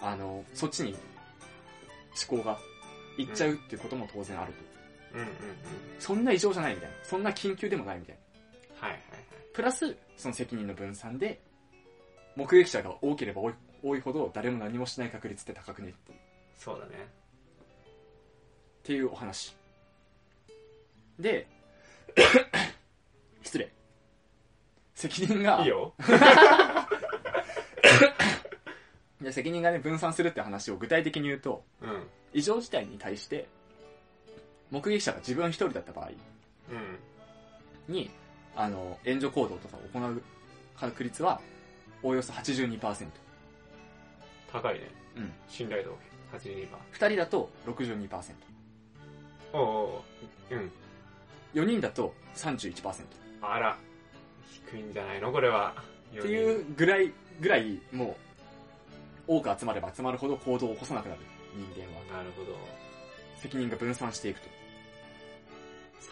Speaker 2: あの、そっちに思考がいっちゃうっていうことも当然あると。
Speaker 1: うんうんうん
Speaker 2: そんな異常じゃないみたいな。そんな緊急でもないみたいな。
Speaker 1: はいはいはい
Speaker 2: プラス、その責任の分散で、目撃者が多ければ多い多いほど誰も何もしない確率って高くねっていう
Speaker 1: そうだね
Speaker 2: っていうお話。で、 失礼。責任が、
Speaker 1: いいよ
Speaker 2: で責任がね、分散するって話を具体的に言うと、
Speaker 1: うんうん
Speaker 2: 異常事態に対して、目撃者が自分一人だった場合に、あの、援助行動とかを行う確率は、おおよそ82%。
Speaker 1: 高いね
Speaker 2: うん。
Speaker 1: 信頼度82%
Speaker 2: 二人だと62%。
Speaker 1: おうおううん
Speaker 2: 四人だと31%。っ
Speaker 1: あら低いんじゃないのこれはって
Speaker 2: いうぐらい、ぐらい、もう、多く集まれば集まるほど行動を起こさなくなる。人間は。
Speaker 1: なるほど
Speaker 2: 責任が分散していくと。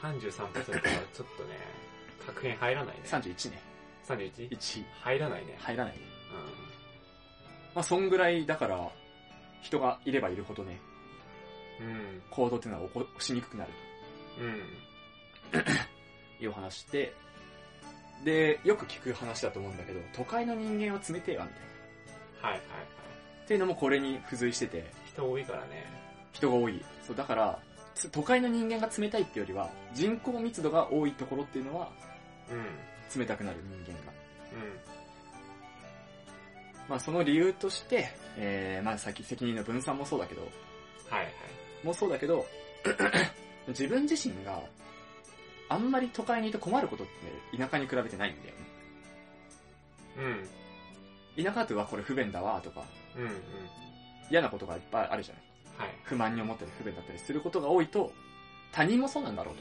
Speaker 1: 33%はちょっとね 確変入らないね
Speaker 2: 31ね。
Speaker 1: 31?
Speaker 2: 1。
Speaker 1: 入らないね
Speaker 2: 入らないね。
Speaker 1: うん
Speaker 2: まあ、そんぐらい、だから、人がいればいるほどね、
Speaker 1: うん。
Speaker 2: 行動っていうのは起こしにくくなる
Speaker 1: うん。
Speaker 2: という話で、で、よく聞く話だと思うんだけど、都会の人間は冷てえわ、みたいな。
Speaker 1: はいはいはい。
Speaker 2: っていうのもこれに付随してて、
Speaker 1: 人多いからね。
Speaker 2: 人が多い。そう、だから、つ都会の人間が冷たいっていうよりは、人口密度が多いところっていうのは、
Speaker 1: うん。
Speaker 2: 冷たくなる人間が。まあ、その理由として、えー、まあ、さっき責任の分散もそうだけど、
Speaker 1: うん。はいはい。
Speaker 2: もそうだけど、 自分自身が、あんまり都会にいて困ることって田舎に比べてないんだよね。
Speaker 1: うん。
Speaker 2: 田舎だとはこれ不便だわとか、
Speaker 1: うんうん。
Speaker 2: 嫌なことがいっぱいあるじゃな
Speaker 1: は
Speaker 2: い。
Speaker 1: い。
Speaker 2: 不満に思ったり不便だったりすることが多いと、他人もそうなんだろう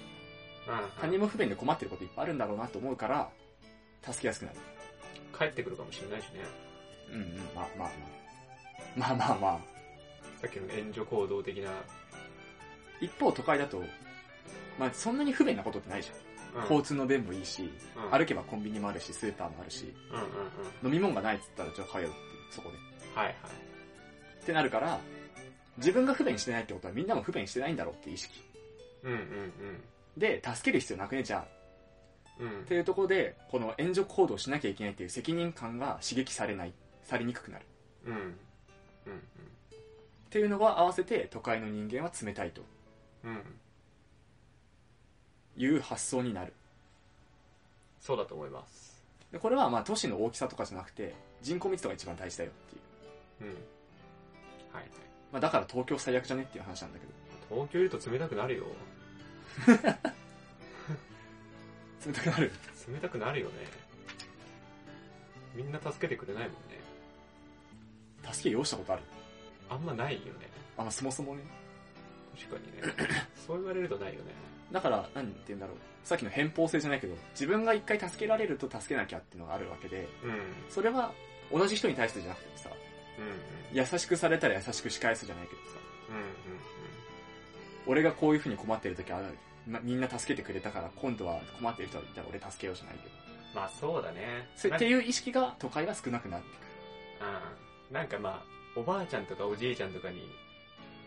Speaker 2: と。
Speaker 1: うん。
Speaker 2: 他人も不便で困ってることいっぱいあるんだろうなと思うから、助けやすくなる。
Speaker 1: 帰ってくるかもしれないしね。
Speaker 2: うんうん、まあまあまあ。まあまあまあ。
Speaker 1: さっきの援助行動的な。
Speaker 2: 一方都会だと、まあそんなに不便なことってないじゃん。
Speaker 1: うん
Speaker 2: 交通の便もいいし、
Speaker 1: うん
Speaker 2: 歩けばコンビニもあるし、スーパーもあるし、
Speaker 1: うんうんうん。
Speaker 2: 飲み物がないっつったらじゃあ通うっていう、そこで。
Speaker 1: はいはい。
Speaker 2: ってなるから、自分が不便してないってことはみんなも不便してないんだろうっていう意識。
Speaker 1: うんうん
Speaker 2: で、助ける必要なくねじゃん。
Speaker 1: うん。うん
Speaker 2: っ。ていうところで、この援助行動しなきゃいけないっていう責任感が刺激されない、されにくくなる。
Speaker 1: うん。うん
Speaker 2: っていうのが合わせて都会の人間は冷たいと
Speaker 1: うん。うん。
Speaker 2: いう発想になる。
Speaker 1: そうだと思います。
Speaker 2: でこれはまあ都市の大きさとかじゃなくて、人口密度が一番大事だよっていう。
Speaker 1: うん。はいはい。
Speaker 2: まあだから東京最悪じゃねっていう話なんだけど。
Speaker 1: 王宮いると冷たくなるよ。
Speaker 2: 冷たくなる。
Speaker 1: 冷たくなるよね。みんな助けてくれないもんね。
Speaker 2: 助けようしたことある。
Speaker 1: あんまないよね。
Speaker 2: あ、まあそもそもね。
Speaker 1: 確かに ね。そう言われるとないよね。
Speaker 2: だから、なんて言うんだろう。さっきの偏方性じゃないけど、自分が一回助けられると助けなきゃっていうのがあるわけで、
Speaker 1: うん。うん
Speaker 2: それは同じ人に対してじゃなくてもさ、優しくされたら優しく仕返すじゃないけどさ、
Speaker 1: うん。うんうん
Speaker 2: 俺がこういう風に困ってる時ある、ま、みんな助けてくれたから今度は困ってる人がいたら俺助けようじゃないけど
Speaker 1: うん。まあそうだね。
Speaker 2: そ
Speaker 1: な
Speaker 2: っ
Speaker 1: ん
Speaker 2: ていう意識が都会は少なくなってくる
Speaker 1: うん。なんかまあ、おばあちゃんとかおじいちゃんとかに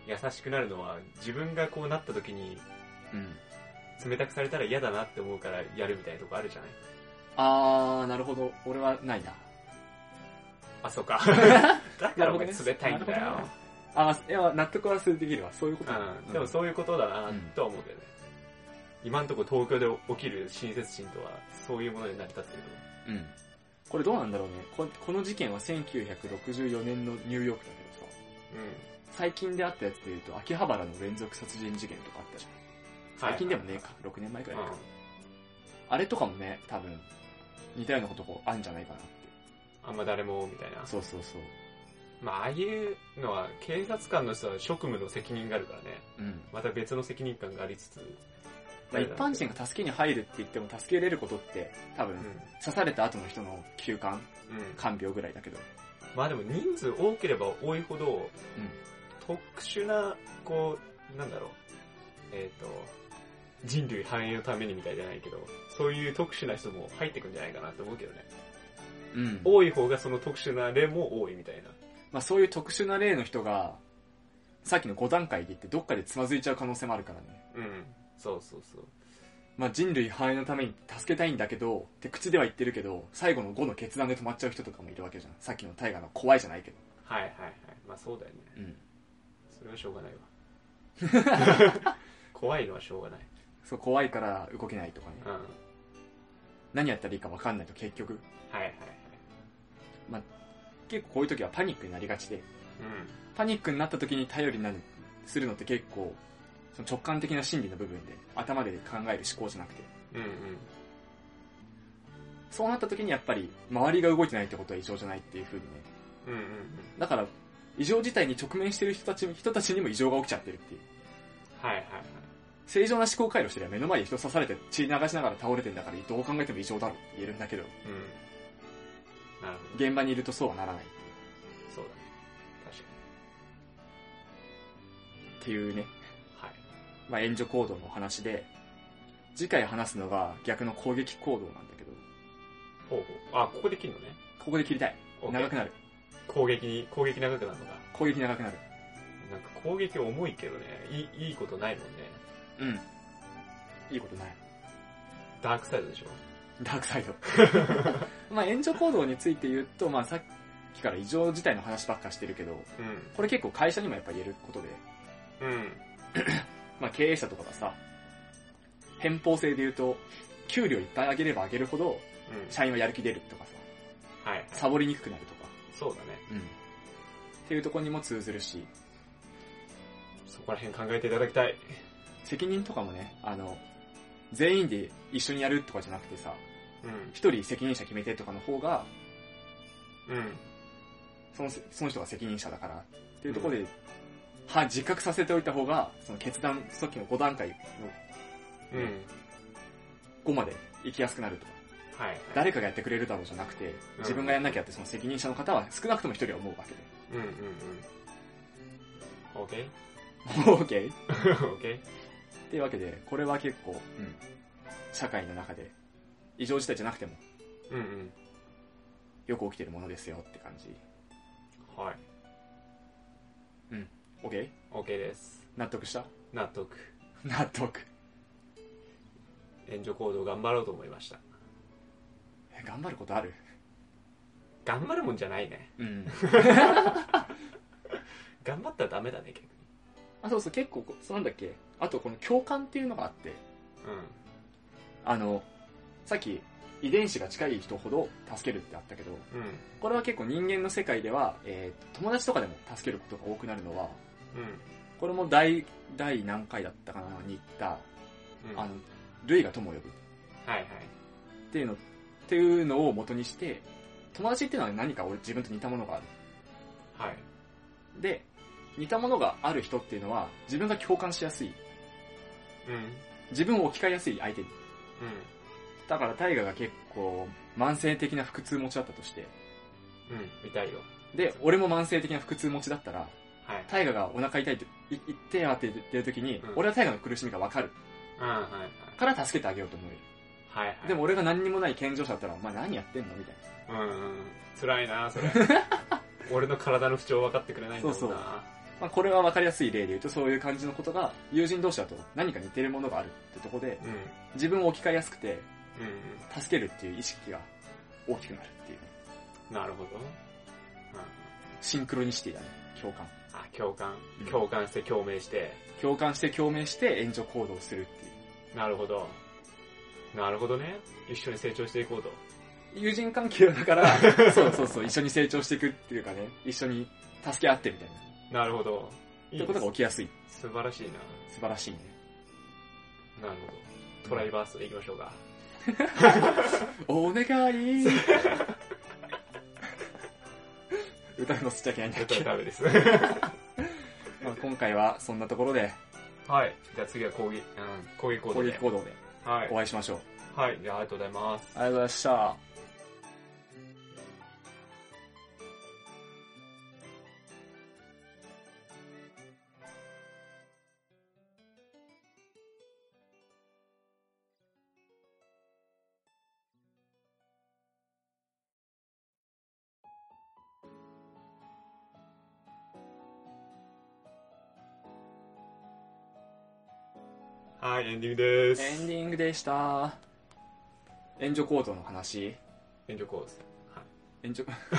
Speaker 1: 優しくなるのは自分がこうなった時に
Speaker 2: うん
Speaker 1: 冷たくされたら嫌だなって思うからやるみたいなとこあるじゃない
Speaker 2: あーなるほど俺はないな
Speaker 1: あ、そうか。 だからお前冷たいんだ
Speaker 2: なる
Speaker 1: よ
Speaker 2: ほ。どねあーいや納得はするできるわそういうこと、
Speaker 1: うん。でもそういうことだなとは思うけどね。今んとこ東京で起きる親切心とはそういうものに成り立ってると思う。
Speaker 2: うん、これどうなんだろうねここの事件は1964年のニューヨークだけどさ
Speaker 1: うん。
Speaker 2: 最近であったやつでいうと秋葉原の連続殺人事件とかあったじゃん最近でもねえか6年前く
Speaker 1: は
Speaker 2: ら
Speaker 1: い
Speaker 2: い
Speaker 1: は
Speaker 2: か
Speaker 1: いはい。
Speaker 2: あれとかもね、多分、似たようなことこうあるんじゃないかなって。
Speaker 1: うんあんま誰も、みたいな。
Speaker 2: そうそうそう。
Speaker 1: まあ、ああいうのは、警察官の人は職務の責任があるからね。
Speaker 2: うん。
Speaker 1: また別の責任感がありつつ。
Speaker 2: まあ、一般人が助けに入るって言っても助けれることって、多分、
Speaker 1: うん。
Speaker 2: 刺された後の人の休館、
Speaker 1: うん。
Speaker 2: 看病ぐらいだけど。
Speaker 1: まあでも人数多ければ多いほど、特殊な、こう、なんだろう。えっ、と、人類繁栄のためにみたいじゃないけど、そういう特殊な人も入ってくんじゃないかなと思うけどね。
Speaker 2: うん。うん。
Speaker 1: 多い方がその特殊な例も多いみたいな。
Speaker 2: まあ、そういう特殊な例の人が、さっきの5段階で言ってどっかでつまずいちゃう可能性もあるからね。
Speaker 1: うん。そうそうそう。
Speaker 2: まあ、人類繁栄のために助けたいんだけど、って口では言ってるけど、最後の5の決断で止まっちゃう人とかもいるわけじゃん。さっきの大河の怖いじゃないけど。
Speaker 1: はいはいはい。まあそうだよね。
Speaker 2: うん。
Speaker 1: それはしょうがないわ。 怖いのはしょうがない。
Speaker 2: そう、怖いから動けないとかね
Speaker 1: う。ん。はい
Speaker 2: 何やったらいいか分かんないと結局
Speaker 1: はいはい。
Speaker 2: 結構こういう時はパニックになりがちで
Speaker 1: うん。
Speaker 2: パニックになった時に頼りになるするのって結構その直感的な心理の部分で頭で考える思考じゃなくて
Speaker 1: うんうん。
Speaker 2: そうなった時にやっぱり周りが動いてないってことは異常じゃないっていう風にね
Speaker 1: うんうんうん。
Speaker 2: だから異常事態に直面してる人たち人たちにも異常が起きちゃってるっていう
Speaker 1: はいはいはい。
Speaker 2: 正常な思考回路してりゃ目の前で人刺されて血流しながら倒れてんだからどう考えても異常だろって言えるんだけど
Speaker 1: うん。なるほど。
Speaker 2: 現場にいるとそうはならない
Speaker 1: そうだね。確か
Speaker 2: っていうね
Speaker 1: に。はい。
Speaker 2: まあ、援助行動のお話で、次回話すのが逆の攻撃行動なんだけど、
Speaker 1: ほうほう。あ、ここで切るのね。
Speaker 2: ここで切りたい。
Speaker 1: OK
Speaker 2: 長くなる。
Speaker 1: 攻撃に、攻撃長くなるのか。
Speaker 2: 攻撃長くなる。
Speaker 1: なんか攻撃重いけどね、いい、いいことないもんね。
Speaker 2: うん。いいことない。
Speaker 1: ダークサイドでしょ
Speaker 2: ダークサイド。まあ、援助行動について言うと、まあ、さっきから異常事態の話ばっかしてるけど、
Speaker 1: う
Speaker 2: これ結構会社にもやっぱ言えることで、
Speaker 1: ん。うん。
Speaker 2: まあ、経営者とかがさ、偏方性で言うと、給料いっぱい上げれば上げるほど、
Speaker 1: うん。
Speaker 2: 社員はやる気出るとかさ、
Speaker 1: はい。
Speaker 2: サボりにくくなるとか、
Speaker 1: そうだね。
Speaker 2: っていうところにも通ずるし、
Speaker 1: そこら辺考えていただきたい。
Speaker 2: 責任とかもね、あの、全員で一緒にやるとかじゃなくてさ、
Speaker 1: う
Speaker 2: 一人責任者決めてとかの方が、
Speaker 1: ん。うん。
Speaker 2: その、その人が責任者だからっていうところで、は、自覚させておいた方が、その決断、さっきの5段階の
Speaker 1: うん。
Speaker 2: 5まで行きやすくなるとか、
Speaker 1: はいはい。
Speaker 2: 誰かがやってくれるだろうじゃなくて、自分がやんなきゃってその責任者の方は少なくとも一人は思うわけで。
Speaker 1: うんうんうん。OK?
Speaker 2: OK?
Speaker 1: OK?
Speaker 2: っていうわけで、これは結構、社会の中で、異常事態じゃなくても、
Speaker 1: うんうん。
Speaker 2: よく起きてるものですよって感じ。
Speaker 1: はい。
Speaker 2: OK?
Speaker 1: OK です。
Speaker 2: 納得した
Speaker 1: 納得。
Speaker 2: 納得。
Speaker 1: 援助行動頑張ろうと思いました。
Speaker 2: え頑張ることある
Speaker 1: 頑張るもんじゃないね。
Speaker 2: うん。
Speaker 1: 頑張ったらダメだね、逆に。
Speaker 2: あ、そうそう、結構こ、そうなんだっけあと、この共感っていうのがあって、あの、さっき、遺伝子が近い人ほど助けるってあったけど、
Speaker 1: うん。うん。
Speaker 2: これは結構人間の世界では、えー友達とかでも助けることが多くなるのは、
Speaker 1: うん。
Speaker 2: ここれも第第何回だったかなに行った、
Speaker 1: うん
Speaker 2: あの、類が友を呼ぶっ
Speaker 1: はいはい。
Speaker 2: ていうの、っていうのを元にして、友達っていうのは何か俺自分と似たものがあ
Speaker 1: はい。
Speaker 2: る。で、似たものがある人っていうのは、自分が共感しやすい。
Speaker 1: うん。うん。
Speaker 2: 自分を置き換えやすい相手に。だから大我が結構、慢性的な腹痛持ちだったとして、
Speaker 1: うん。見たいよ。
Speaker 2: で、俺も慢性的な腹痛持ちだったら、
Speaker 1: はい。
Speaker 2: 大我がお腹痛いとい言ってやって言ってる時に、
Speaker 1: うん
Speaker 2: 俺は大我の苦しみがわかる
Speaker 1: うん、はいはい。
Speaker 2: から助けてあげようと思うよ。
Speaker 1: はいはい。
Speaker 2: でも、俺が何にもない健常者だったら、お前何やってんのみたいな。
Speaker 1: うんうん。辛いな、そ れ。俺の体の不調分かってくれないんだもんな。
Speaker 2: そうそうまあ、これは分かりやすい例で言うと、そういう感じのことが、友人同士だと何か似てるものがあるってとこで、
Speaker 1: うん。
Speaker 2: 自分を置き換えやすくて、
Speaker 1: うん
Speaker 2: 助けるっていう意識が大きくなるっていう。
Speaker 1: うん。なるほど。うん。
Speaker 2: シンクロニシティだね。共感。
Speaker 1: あ、共感
Speaker 2: うん。
Speaker 1: 共感して共鳴して。
Speaker 2: 共感して共鳴して援助行動をするっていう。
Speaker 1: なるほど。なるほどね。一緒に成長していこうと。
Speaker 2: 友人関係はだ から、そうそうそう、一緒に成長していくっていうかね、一緒に助け合ってみたいな。
Speaker 1: なるほど。いい
Speaker 2: っ
Speaker 1: で
Speaker 2: て
Speaker 1: す
Speaker 2: ことが起きやすい。
Speaker 1: 素晴らしい
Speaker 2: 素晴らしいね。
Speaker 1: な。なるほど。トライバーストでいきまし ょうか。
Speaker 2: お願 い歌うの好きじゃいけないんだっ
Speaker 1: 絶
Speaker 2: け
Speaker 1: 対ダメです。
Speaker 2: まあ、今回はそんなところで
Speaker 1: はい。じゃあ次は攻撃、うん、攻撃行
Speaker 2: 攻
Speaker 1: 動で。
Speaker 2: 撃行動で
Speaker 1: はい
Speaker 2: お。会いしましょう。
Speaker 1: はい。じゃあありがとうございます。
Speaker 2: ありがとうございました。
Speaker 1: はい、エンディングです。
Speaker 2: エンディングでした。援助行動の話。
Speaker 1: 援助コース。
Speaker 2: 援助、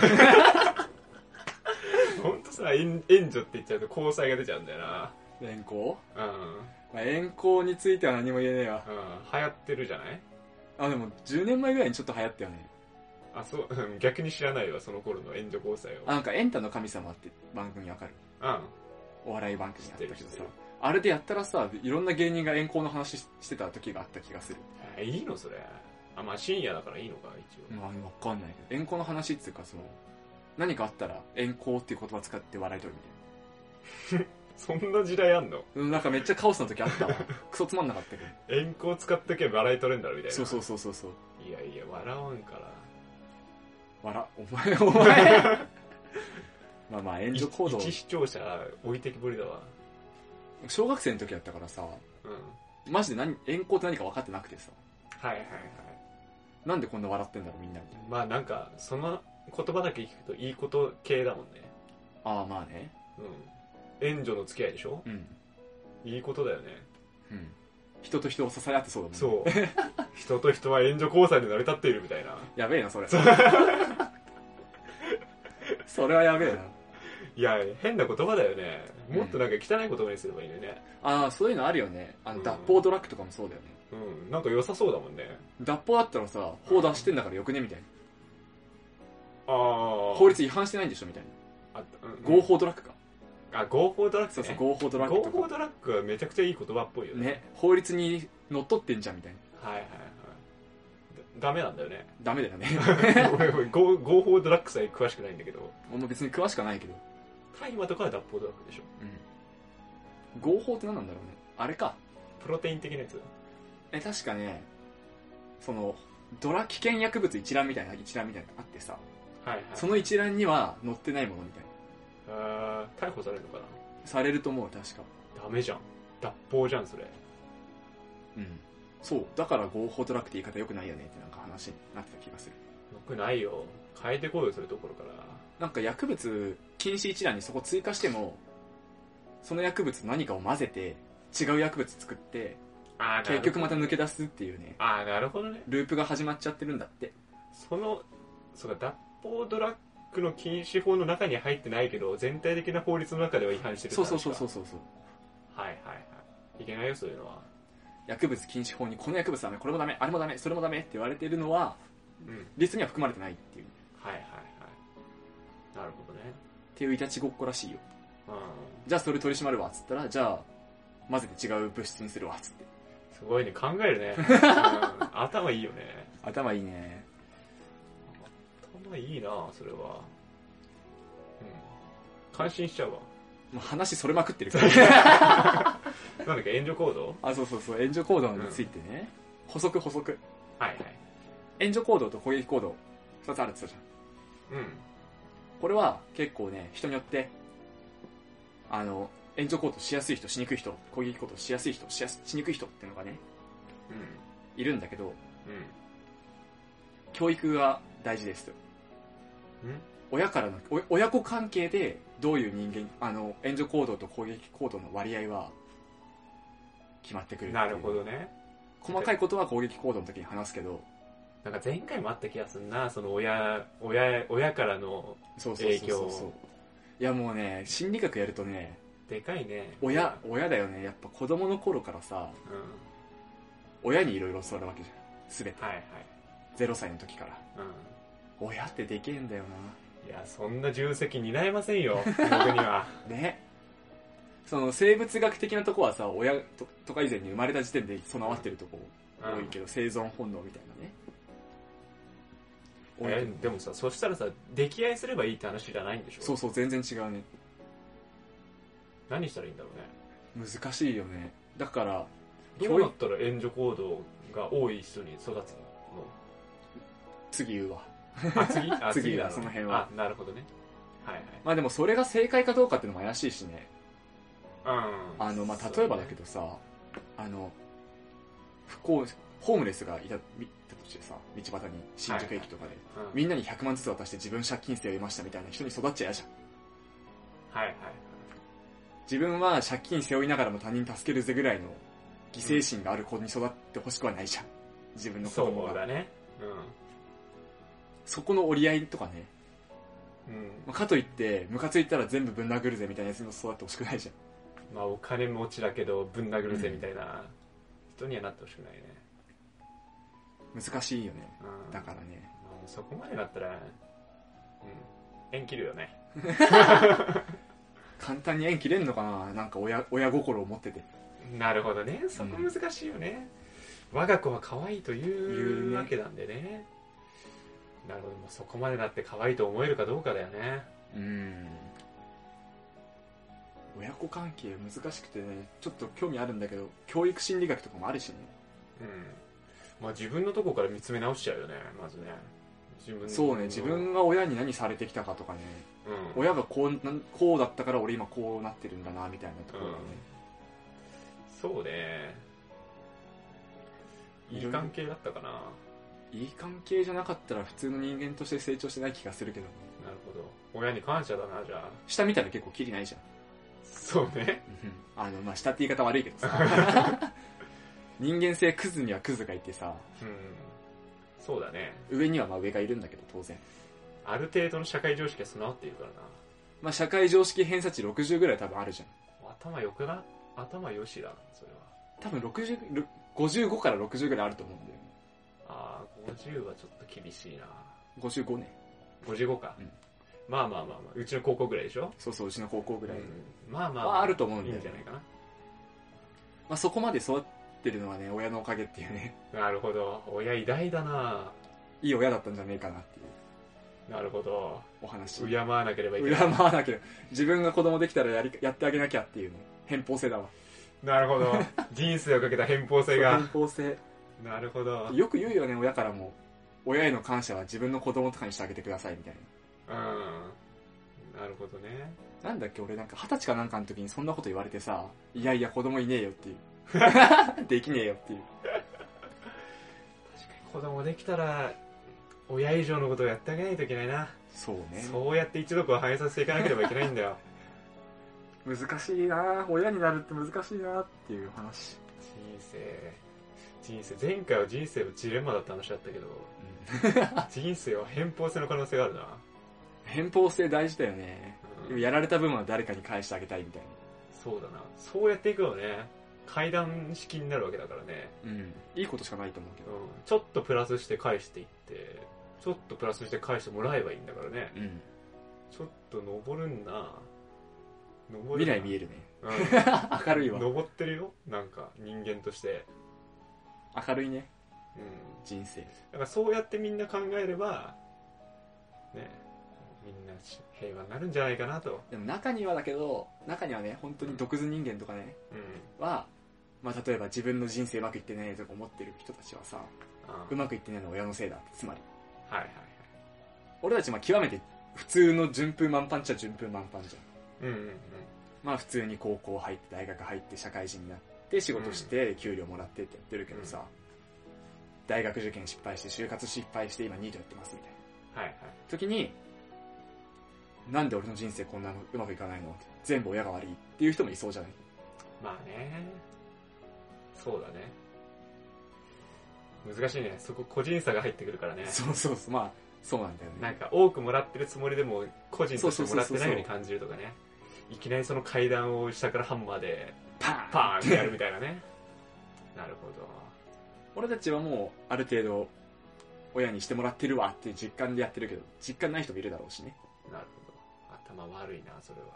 Speaker 1: ほんとさ、援援助って言っちゃうと交際が出ちゃうんだよな。
Speaker 2: 連行
Speaker 1: うん。うん。
Speaker 2: まあ、連行については何も言えねえわ。
Speaker 1: 流行ってるじゃない
Speaker 2: あ、でも10年前ぐらいにちょっと流行ったよね。
Speaker 1: あ、そう、うん逆に知らないわ、その頃の援助交際を。
Speaker 2: あ、なんかエンタの神様って番組わかる
Speaker 1: うん。
Speaker 2: お笑い番組やったけ
Speaker 1: 知っ
Speaker 2: ど
Speaker 1: て
Speaker 2: さ
Speaker 1: る知ってる。
Speaker 2: あれでやったらさ、いろんな芸人が遠行の話ししてた時があった気がする。
Speaker 1: えいいのそれ。あ、まあ深夜だからいいのか、一応。
Speaker 2: まあ、わかんないけど。遠行の話っていうか、その、何かあったら遠行っていう言葉使って笑い取るみたいな。
Speaker 1: そんな時代あんの
Speaker 2: うんなんかめっちゃカオスな時あったわ。 クソつまんなかったけど。
Speaker 1: 遠行使っとけば笑い取れんだろ、みたいな。
Speaker 2: そうそうそうそうそう。
Speaker 1: いやいや、笑わんから。
Speaker 2: 笑、お前、お 前。まあまあ、援
Speaker 1: 援
Speaker 2: 助行動。
Speaker 1: 一視聴者置いてきぼりだわ。
Speaker 2: 小学生の時だったからさ、
Speaker 1: うん。はい
Speaker 2: マジで何、遠行って何か分かってなくてさ、
Speaker 1: はいはい。
Speaker 2: なんでこんな笑ってんだろう、みんなみたいな。
Speaker 1: まあなんか、その言葉だけ聞くといいこと系だもんね。
Speaker 2: ああ、まあね。
Speaker 1: うん。援助の付き合いでしょ
Speaker 2: うん。
Speaker 1: いいことだよね。
Speaker 2: うん。人と人を支え合ってそうだもんね。
Speaker 1: そう。人と人は援助交際で成り立っているみたいな。
Speaker 2: やべえな、それ。 それはやべえな。
Speaker 1: いや、変な言葉だよね。もっとなんか汚い言葉にすればいいのにね。
Speaker 2: ああ、そういうのあるよね。あ
Speaker 1: う
Speaker 2: の、
Speaker 1: ん
Speaker 2: 脱法ドラッグとかもそうだよね。
Speaker 1: うん。なんか良さそうだもんね。
Speaker 2: 脱法だったらさ、法出してんだからよくねみたい
Speaker 1: あ
Speaker 2: な。
Speaker 1: あ。
Speaker 2: 法律違反してないんでしょみたいな。
Speaker 1: あ、うん
Speaker 2: 合。法ドラッグか。
Speaker 1: あ、合法ドラッグ、ね。
Speaker 2: そうそう、合法ドラッグ
Speaker 1: 合
Speaker 2: と
Speaker 1: 法
Speaker 2: か。
Speaker 1: ドラッグはめちゃくちゃいい言葉っぽいよね。
Speaker 2: ね、法律にのっとってんじゃんみたいな。
Speaker 1: はいはいはい。だダメなんだよ ね。
Speaker 2: ダメだよね。
Speaker 1: 俺俺合合法ドラッグさえ詳しくないんだけど。
Speaker 2: 俺も別に詳しくはないけど。
Speaker 1: 大麻とかは脱法ドラッグでしょ。
Speaker 2: うん。合法って何なんだろうね。あれか。
Speaker 1: プロテイン的なやつ。
Speaker 2: え、確かね、その、ドラ危険薬物一覧みたいな一覧みたいなのあってさ、
Speaker 1: はいはい。
Speaker 2: その一覧には載ってないものみたいな。
Speaker 1: あー逮捕されるのかな
Speaker 2: されると思う、確か。
Speaker 1: ダメじゃん。脱法じゃん、それ。
Speaker 2: うん。そう、だから合法ドラッグって言い方良くないよねってなんか話になってた気がする。
Speaker 1: よくないよ。変えてこいよ、それところから。
Speaker 2: なんか薬物禁止一覧にそこ追加しても、その薬物と何かを混ぜて、違う薬物作って、
Speaker 1: あ
Speaker 2: 結局また抜け出すっていうね、
Speaker 1: あーなるほどね。
Speaker 2: ループが始まっちゃってるんだって。
Speaker 1: その、そうか、脱法ドラッグの禁止法の中に入ってないけど、全体的な法律の中では違反してるって
Speaker 2: そ
Speaker 1: 話
Speaker 2: う
Speaker 1: か
Speaker 2: そうそうそうそうそう。
Speaker 1: はいはいはい。いけないよ、そういうのは。
Speaker 2: 薬物禁止法にこの薬物ダメ、これもダメ、あれもダメ、それもダメって言われてるのは、
Speaker 1: うん。
Speaker 2: リストには含まれてないっていう。っ
Speaker 1: はいはいはい。なるほどね。
Speaker 2: ていういたちごっこらしいよ。
Speaker 1: うん。
Speaker 2: じゃあそれ取り締まるわ、つったら、じゃあ、混ぜて違う物質にするわ、つって。
Speaker 1: すごいね、考える ね。うん頭いいよね。
Speaker 2: 頭いいね。
Speaker 1: 頭いいなそれは。うん。感心しちゃうわ。
Speaker 2: もう話それまくってるから。
Speaker 1: なんだっけ、援助行動
Speaker 2: あ、そうそうそう、援助行動についてね。補足補足。
Speaker 1: はいはい。
Speaker 2: 援助行動と攻撃行動、二つあるって言ったじゃん。
Speaker 1: うん。
Speaker 2: これは結構ね、人によって、あの、援助行動しやすい人、しにくい人、攻撃行動しやすい人、しやすしにくい人っていうのがね、いるんだけど、教育が大事ですと。
Speaker 1: うん。うん。
Speaker 2: 親からの、お親子関係で、どういう人間、あの、援助行動と攻撃行動の割合は、決まってくるっていう
Speaker 1: なるほどね。
Speaker 2: 細かいことは攻撃行動の時に話すけど、
Speaker 1: なんか前回もあった気がするな、その親、親、親からの、
Speaker 2: そうそうそうそう
Speaker 1: 影
Speaker 2: そう
Speaker 1: 響。
Speaker 2: いやもうね、心理学やるとね、
Speaker 1: でかいね。
Speaker 2: 親、親だよね。やっぱ子供の頃からさ、
Speaker 1: うん。
Speaker 2: 親にいろいろ教わるわけじゃん。すべて。
Speaker 1: はいはい。
Speaker 2: 0歳の時から。
Speaker 1: う
Speaker 2: 親ってでけえんだよ
Speaker 1: ん。いや、そんな重責担えませんよ、僕に は。
Speaker 2: な。ね。その生物学的なとこはさ、親ととか以前に生まれた時点で備わってるとこ
Speaker 1: う
Speaker 2: 多い
Speaker 1: ん
Speaker 2: けど、生存本能みたいなね。親
Speaker 1: え
Speaker 2: に
Speaker 1: でもさそしたらさ溺愛すればいいって話じゃないんでしょ
Speaker 2: そうそう、全然違うね。
Speaker 1: 何したらいいんだろうね
Speaker 2: 難しいよね。だから、
Speaker 1: どうなったら援助行動が多い人に育つの
Speaker 2: 次言うわ。
Speaker 1: あ次あ
Speaker 2: 次
Speaker 1: な
Speaker 2: だその辺は
Speaker 1: あなるほどねはい
Speaker 2: まあでもそれが正解かどうかっていうのも怪しいしね。
Speaker 1: はいうん
Speaker 2: あの、まあ、例えばだけ
Speaker 1: ど
Speaker 2: どさ、あの、不幸、ホームレスがいた、みいたとしてさ、道端に、新宿駅とかで、みんなに100万ずつ渡して自分借金生を得ましたみたいな人に育っちゃ嫌じゃん。
Speaker 1: はいはい
Speaker 2: 自分は借金背負いながらも他人助けるぜぐらいの犠牲心がある子に育ってほしくはないじゃん。自分の子供
Speaker 1: そう
Speaker 2: が。そ
Speaker 1: だね
Speaker 2: この折り合いとかね。
Speaker 1: うん、
Speaker 2: まあかといって、ムカついたら全部ぶん殴るぜみたいなやつに育ってほしくないじゃん。
Speaker 1: うん、まあお金持ちだけどぶん殴るぜみたいな人にはなってほしくないね、
Speaker 2: 難しいよね。
Speaker 1: うん、
Speaker 2: だからね。
Speaker 1: まあそこまでだったらうん縁切るよね
Speaker 2: 簡単に縁切れんのかななんか親、親心を持ってて。
Speaker 1: なるほどねそこ難しいよね、我が子は可愛いという
Speaker 2: 言うね
Speaker 1: わけなんでねなるほどもうそこまでだって可愛いと思えるかどうかだよね
Speaker 2: うーん親子関係難しくてねちょっと興味あるんだけど教育心理学とかもあるしね
Speaker 1: うんまあ自分のとこから見つめ直しちゃうよねまずね自分の
Speaker 2: そうね自分が親に何されてきたかとかね
Speaker 1: うん
Speaker 2: 親がこうなんこうだったから俺今こうなってるんだなみたいなところがね、
Speaker 1: そうねいい関係だったかない
Speaker 2: い関係じゃなかったら普通の人間として成長してない気がするけどね
Speaker 1: なるほど親に感謝だなじゃあ
Speaker 2: 下見たら結構キリないじゃん
Speaker 1: そうね
Speaker 2: あのまあ下って言い方悪いけどさ 人間性クズにはクズがいてさ
Speaker 1: うんそうだね
Speaker 2: 上にはまあ上がいるんだけど当然
Speaker 1: ある程度の社会常識が備わっているからな
Speaker 2: まあ社会常識偏差値60ぐらい多分あるじゃん
Speaker 1: 頭よくな頭よしだそれは
Speaker 2: 多分60ろ55から60ぐらいあると思うんだよね
Speaker 1: ああ50はちょっと厳しいな
Speaker 2: 55ね
Speaker 1: 55か、
Speaker 2: うん
Speaker 1: まあまあまあまあうちの高校ぐらいでしょ、
Speaker 2: そうそううちの高校ぐらい、
Speaker 1: うんまあまあ、
Speaker 2: まああると思うん
Speaker 1: いい
Speaker 2: だよ
Speaker 1: んじ
Speaker 2: ね
Speaker 1: ゃないか
Speaker 2: まあ、そこまで育ってるのはね親のおかげっていうね
Speaker 1: ななるほど親偉大だない
Speaker 2: い親だったんじゃねえかなっていう
Speaker 1: なるほど
Speaker 2: お話
Speaker 1: 敬わなければいけ
Speaker 2: 敬
Speaker 1: ない
Speaker 2: わなきゃ自分が子供できたらやりやってあげなきゃっていうね偏方性だわ
Speaker 1: なるほど 人生をかけた偏方性が
Speaker 2: 偏方性
Speaker 1: なるほどうん
Speaker 2: よく言うよね親からも親への感謝は自分の子供とかにしてあげてくださいみたい
Speaker 1: なるほどね
Speaker 2: ななんだっけ俺なんか二十歳かなんかの時にそんなこと言われてさいやいや子供いねえよっていう できねえよっていう
Speaker 1: 確かに子供できたら親以上のことをやってあげないといけないな、
Speaker 2: そうね
Speaker 1: そうやって一族を反映させていかなければいけないんだよ
Speaker 2: 難しいなぁ親になるって難しいなぁっていう話、
Speaker 1: 人生人生前回は人生のジレンマだった話だったけど人生は偏方性の可能性があるな、
Speaker 2: 偏方性大事だよねで
Speaker 1: う
Speaker 2: も
Speaker 1: ん
Speaker 2: やられた分は誰かに返してあげたいみたい
Speaker 1: そうだなそうやっていくよね階段式になるわけだからね、
Speaker 2: なうんいいことしかないと思うけ
Speaker 1: う
Speaker 2: ど
Speaker 1: ん、ちょっとプラスして返していってちょっとプラスして返してもらえばいいんだからね
Speaker 2: うん
Speaker 1: ちょっと登るんな登
Speaker 2: 未来見
Speaker 1: え
Speaker 2: えるね。
Speaker 1: る
Speaker 2: 明るい
Speaker 1: うん
Speaker 2: わ。
Speaker 1: 登ってるよなんか人間として
Speaker 2: 明るいね、
Speaker 1: うん
Speaker 2: 人生。
Speaker 1: だからそうやってみんな考えればねみんなし平和になるんじゃないかなと、
Speaker 2: でも中にはだけど、中にはね、本当に毒図人間とかね、
Speaker 1: うん、
Speaker 2: は、まあ例えば自分の人生うまくいってねえとか思ってる人たちはさ、
Speaker 1: あ
Speaker 2: うまくいってないのは親のせいだって、つまり。
Speaker 1: はいはい
Speaker 2: 俺たちまあ極めて普通の順風満帆っちゃ順風満帆じゃ
Speaker 1: は
Speaker 2: ん。
Speaker 1: いうんうんうん
Speaker 2: まあ普通に高校入って大学入って社会人になって仕事して給料もらってってやってるけどさ、大学受験失敗して就活失敗して今ニートやってますみたいな
Speaker 1: はいはい
Speaker 2: 時になんで俺の人生こんなのうまくいかないのって全部親が悪いっていう人もいそうじゃない
Speaker 1: まあねそうだね難しいねそこ個人差が入ってくるからね
Speaker 2: そうそうそうまあそうなんだよね
Speaker 1: なんか多くもらってるつもりでも個人としてもらってないように
Speaker 2: そうそうそうそう
Speaker 1: 感じるとかねいきなりその階段を下からハンマーで
Speaker 2: パーン
Speaker 1: パーンってやるみたいなねなるほど
Speaker 2: 俺たちはもうある程度親にしてもらってるわっていう実感でやってるけど実感ない人もいるだろうしね
Speaker 1: なるほど頭悪いなそれは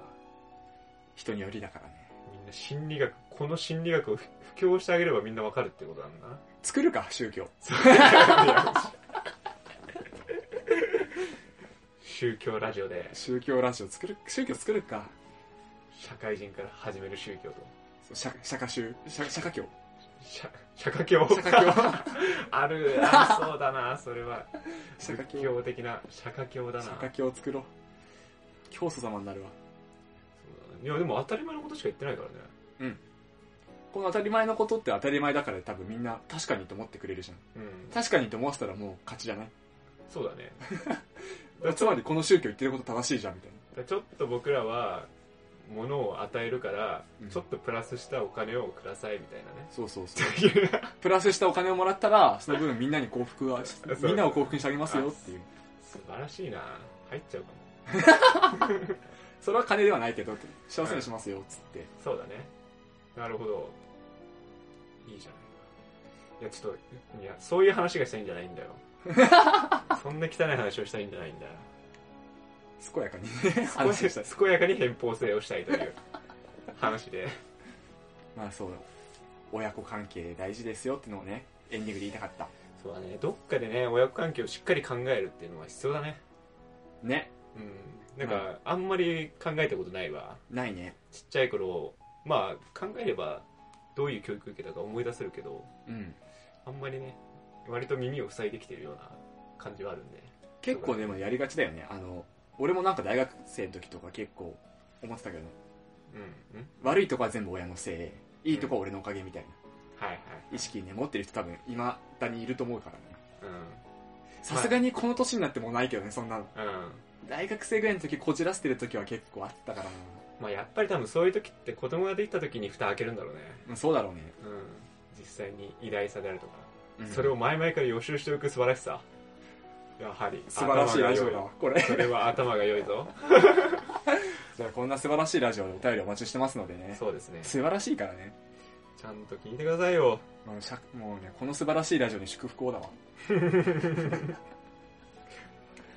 Speaker 2: 人によりだからね
Speaker 1: みんな心理学この心理学を布 教してあげればみんなわかるってこと なんだな
Speaker 2: 作るか宗教
Speaker 1: 宗教ラジオで
Speaker 2: 宗教ラジオ作る宗教作るか
Speaker 1: 社会人から始める宗教と
Speaker 2: そう釈釈迦宗釈釈迦教
Speaker 1: 社社会教
Speaker 2: 釈迦教
Speaker 1: あるありそうだなそれは
Speaker 2: 釈迦
Speaker 1: 仏
Speaker 2: 教
Speaker 1: 教的な社会教だな
Speaker 2: 釈迦教を作ろう教祖様になるわ
Speaker 1: そうだねいやでも当たり前のことしか言ってないからね
Speaker 2: この当たり前のことって当たり前だから多分みんな確かにと思ってくれるじゃん
Speaker 1: うん
Speaker 2: 確かにと思わせたらもう勝ちじゃない
Speaker 1: そうだねだ
Speaker 2: つまりこの宗教言ってること正しいじゃんみたいな
Speaker 1: ちょっと僕らは物を与えるから、
Speaker 2: うん
Speaker 1: ちょっとプラスしたお金をくださいみたいなね
Speaker 2: そうそうそう
Speaker 1: いう
Speaker 2: プラスしたお金をもらったらその分みんなに幸福 は
Speaker 1: そう
Speaker 2: みんなを幸福にしてあげますよっていう
Speaker 1: 素晴らしいな入っちゃうかも
Speaker 2: それは金ではないけど幸せにしますよっつって
Speaker 1: そうだねなるほどいいじゃないかいやちょっといやそういう話がしたいんじゃないんだよ そんな汚い話をしたいんじゃないんだよ
Speaker 2: 健やかにね 話をしたい
Speaker 1: 健やかに偏方性をしたいと いう話で
Speaker 2: まあそうだ親子関係大事ですよってのをねエンディングで言いたかった
Speaker 1: そうだねどっかでね親子関係をしっかり考えるっていうのは必要だね
Speaker 2: ね
Speaker 1: うんなんか、あんまり考えたことないわ
Speaker 2: ないね
Speaker 1: ちっちゃい頃まあ考えればどういう教育受けたか思い出せるけど
Speaker 2: うん
Speaker 1: あんまりね割と耳を塞いできてるような感じはあるんで
Speaker 2: 結構でもやりがちだよねあの俺もなんか大学生の時とか結構思ってたけど
Speaker 1: うんうん
Speaker 2: 悪いとこは全部親のせいいいとこは俺のおかげみたい
Speaker 1: はいはい
Speaker 2: な意識ね持ってる人多分いまだにいると思うからね
Speaker 1: う
Speaker 2: さすがにこの年になってもうないけどねそんなの
Speaker 1: んうん
Speaker 2: 大学生ぐらいの時こじらせてる時は結構あったからな
Speaker 1: まあやっぱり多分そういう時って子供ができた時に蓋開けるんだろうね
Speaker 2: うんそうだろうね、
Speaker 1: うん実際に偉大さであるとか、
Speaker 2: うん
Speaker 1: それを前々から予習しておく素晴らしさやはり
Speaker 2: 素晴らしいラジオだ
Speaker 1: 頭が
Speaker 2: わ
Speaker 1: 良
Speaker 2: これ
Speaker 1: いそれは頭が良いぞ
Speaker 2: じゃあこんな素晴らしいラジオでお便りお待ちしてますので ね
Speaker 1: そうですね
Speaker 2: 素晴らしいからね
Speaker 1: ちゃんと聞いてくださいよ
Speaker 2: もうしゃもうねこの素晴らしいラジオに祝福をだわ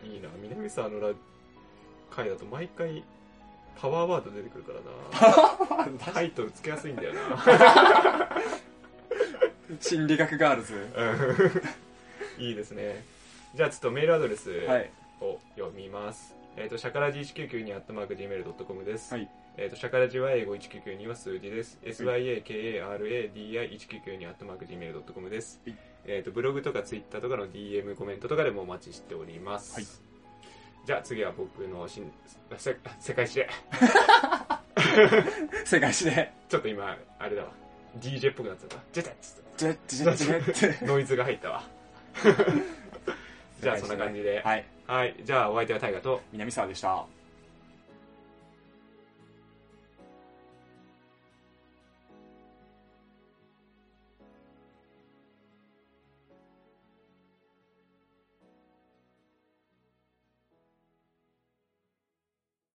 Speaker 1: いいな南さんのラ回だと毎回パワーワード出てくる からなタイトルつけやすいんだよな
Speaker 2: 心理学ガールズ
Speaker 1: うんい いですねじゃあちょっとメールアドレス、
Speaker 2: はい
Speaker 1: を読みます。えっ、と、シャカラジ199にアットマーク Gmail.com です。
Speaker 2: はい
Speaker 1: えっ、と、シャカラジは英語199は数字です。
Speaker 2: は
Speaker 1: syakaradi199 にアットマーク Gmail.com です。
Speaker 2: はい
Speaker 1: えっ、と、ブログとかツイッターとかの DM コメントとかでもお待ちしております。
Speaker 2: はい
Speaker 1: じゃあ次は僕のしんせ世界史 で、
Speaker 2: 世界史で
Speaker 1: ちょっと今、あれだわ。DJ っぽくなっちゃった。ジェタッつっ
Speaker 2: ジェッジェッジェッジェッ
Speaker 1: てノイズが入ったわ。 じゃあそんな感じで。
Speaker 2: はい
Speaker 1: はい。じゃあお相手はタイガと、
Speaker 2: 南沢でした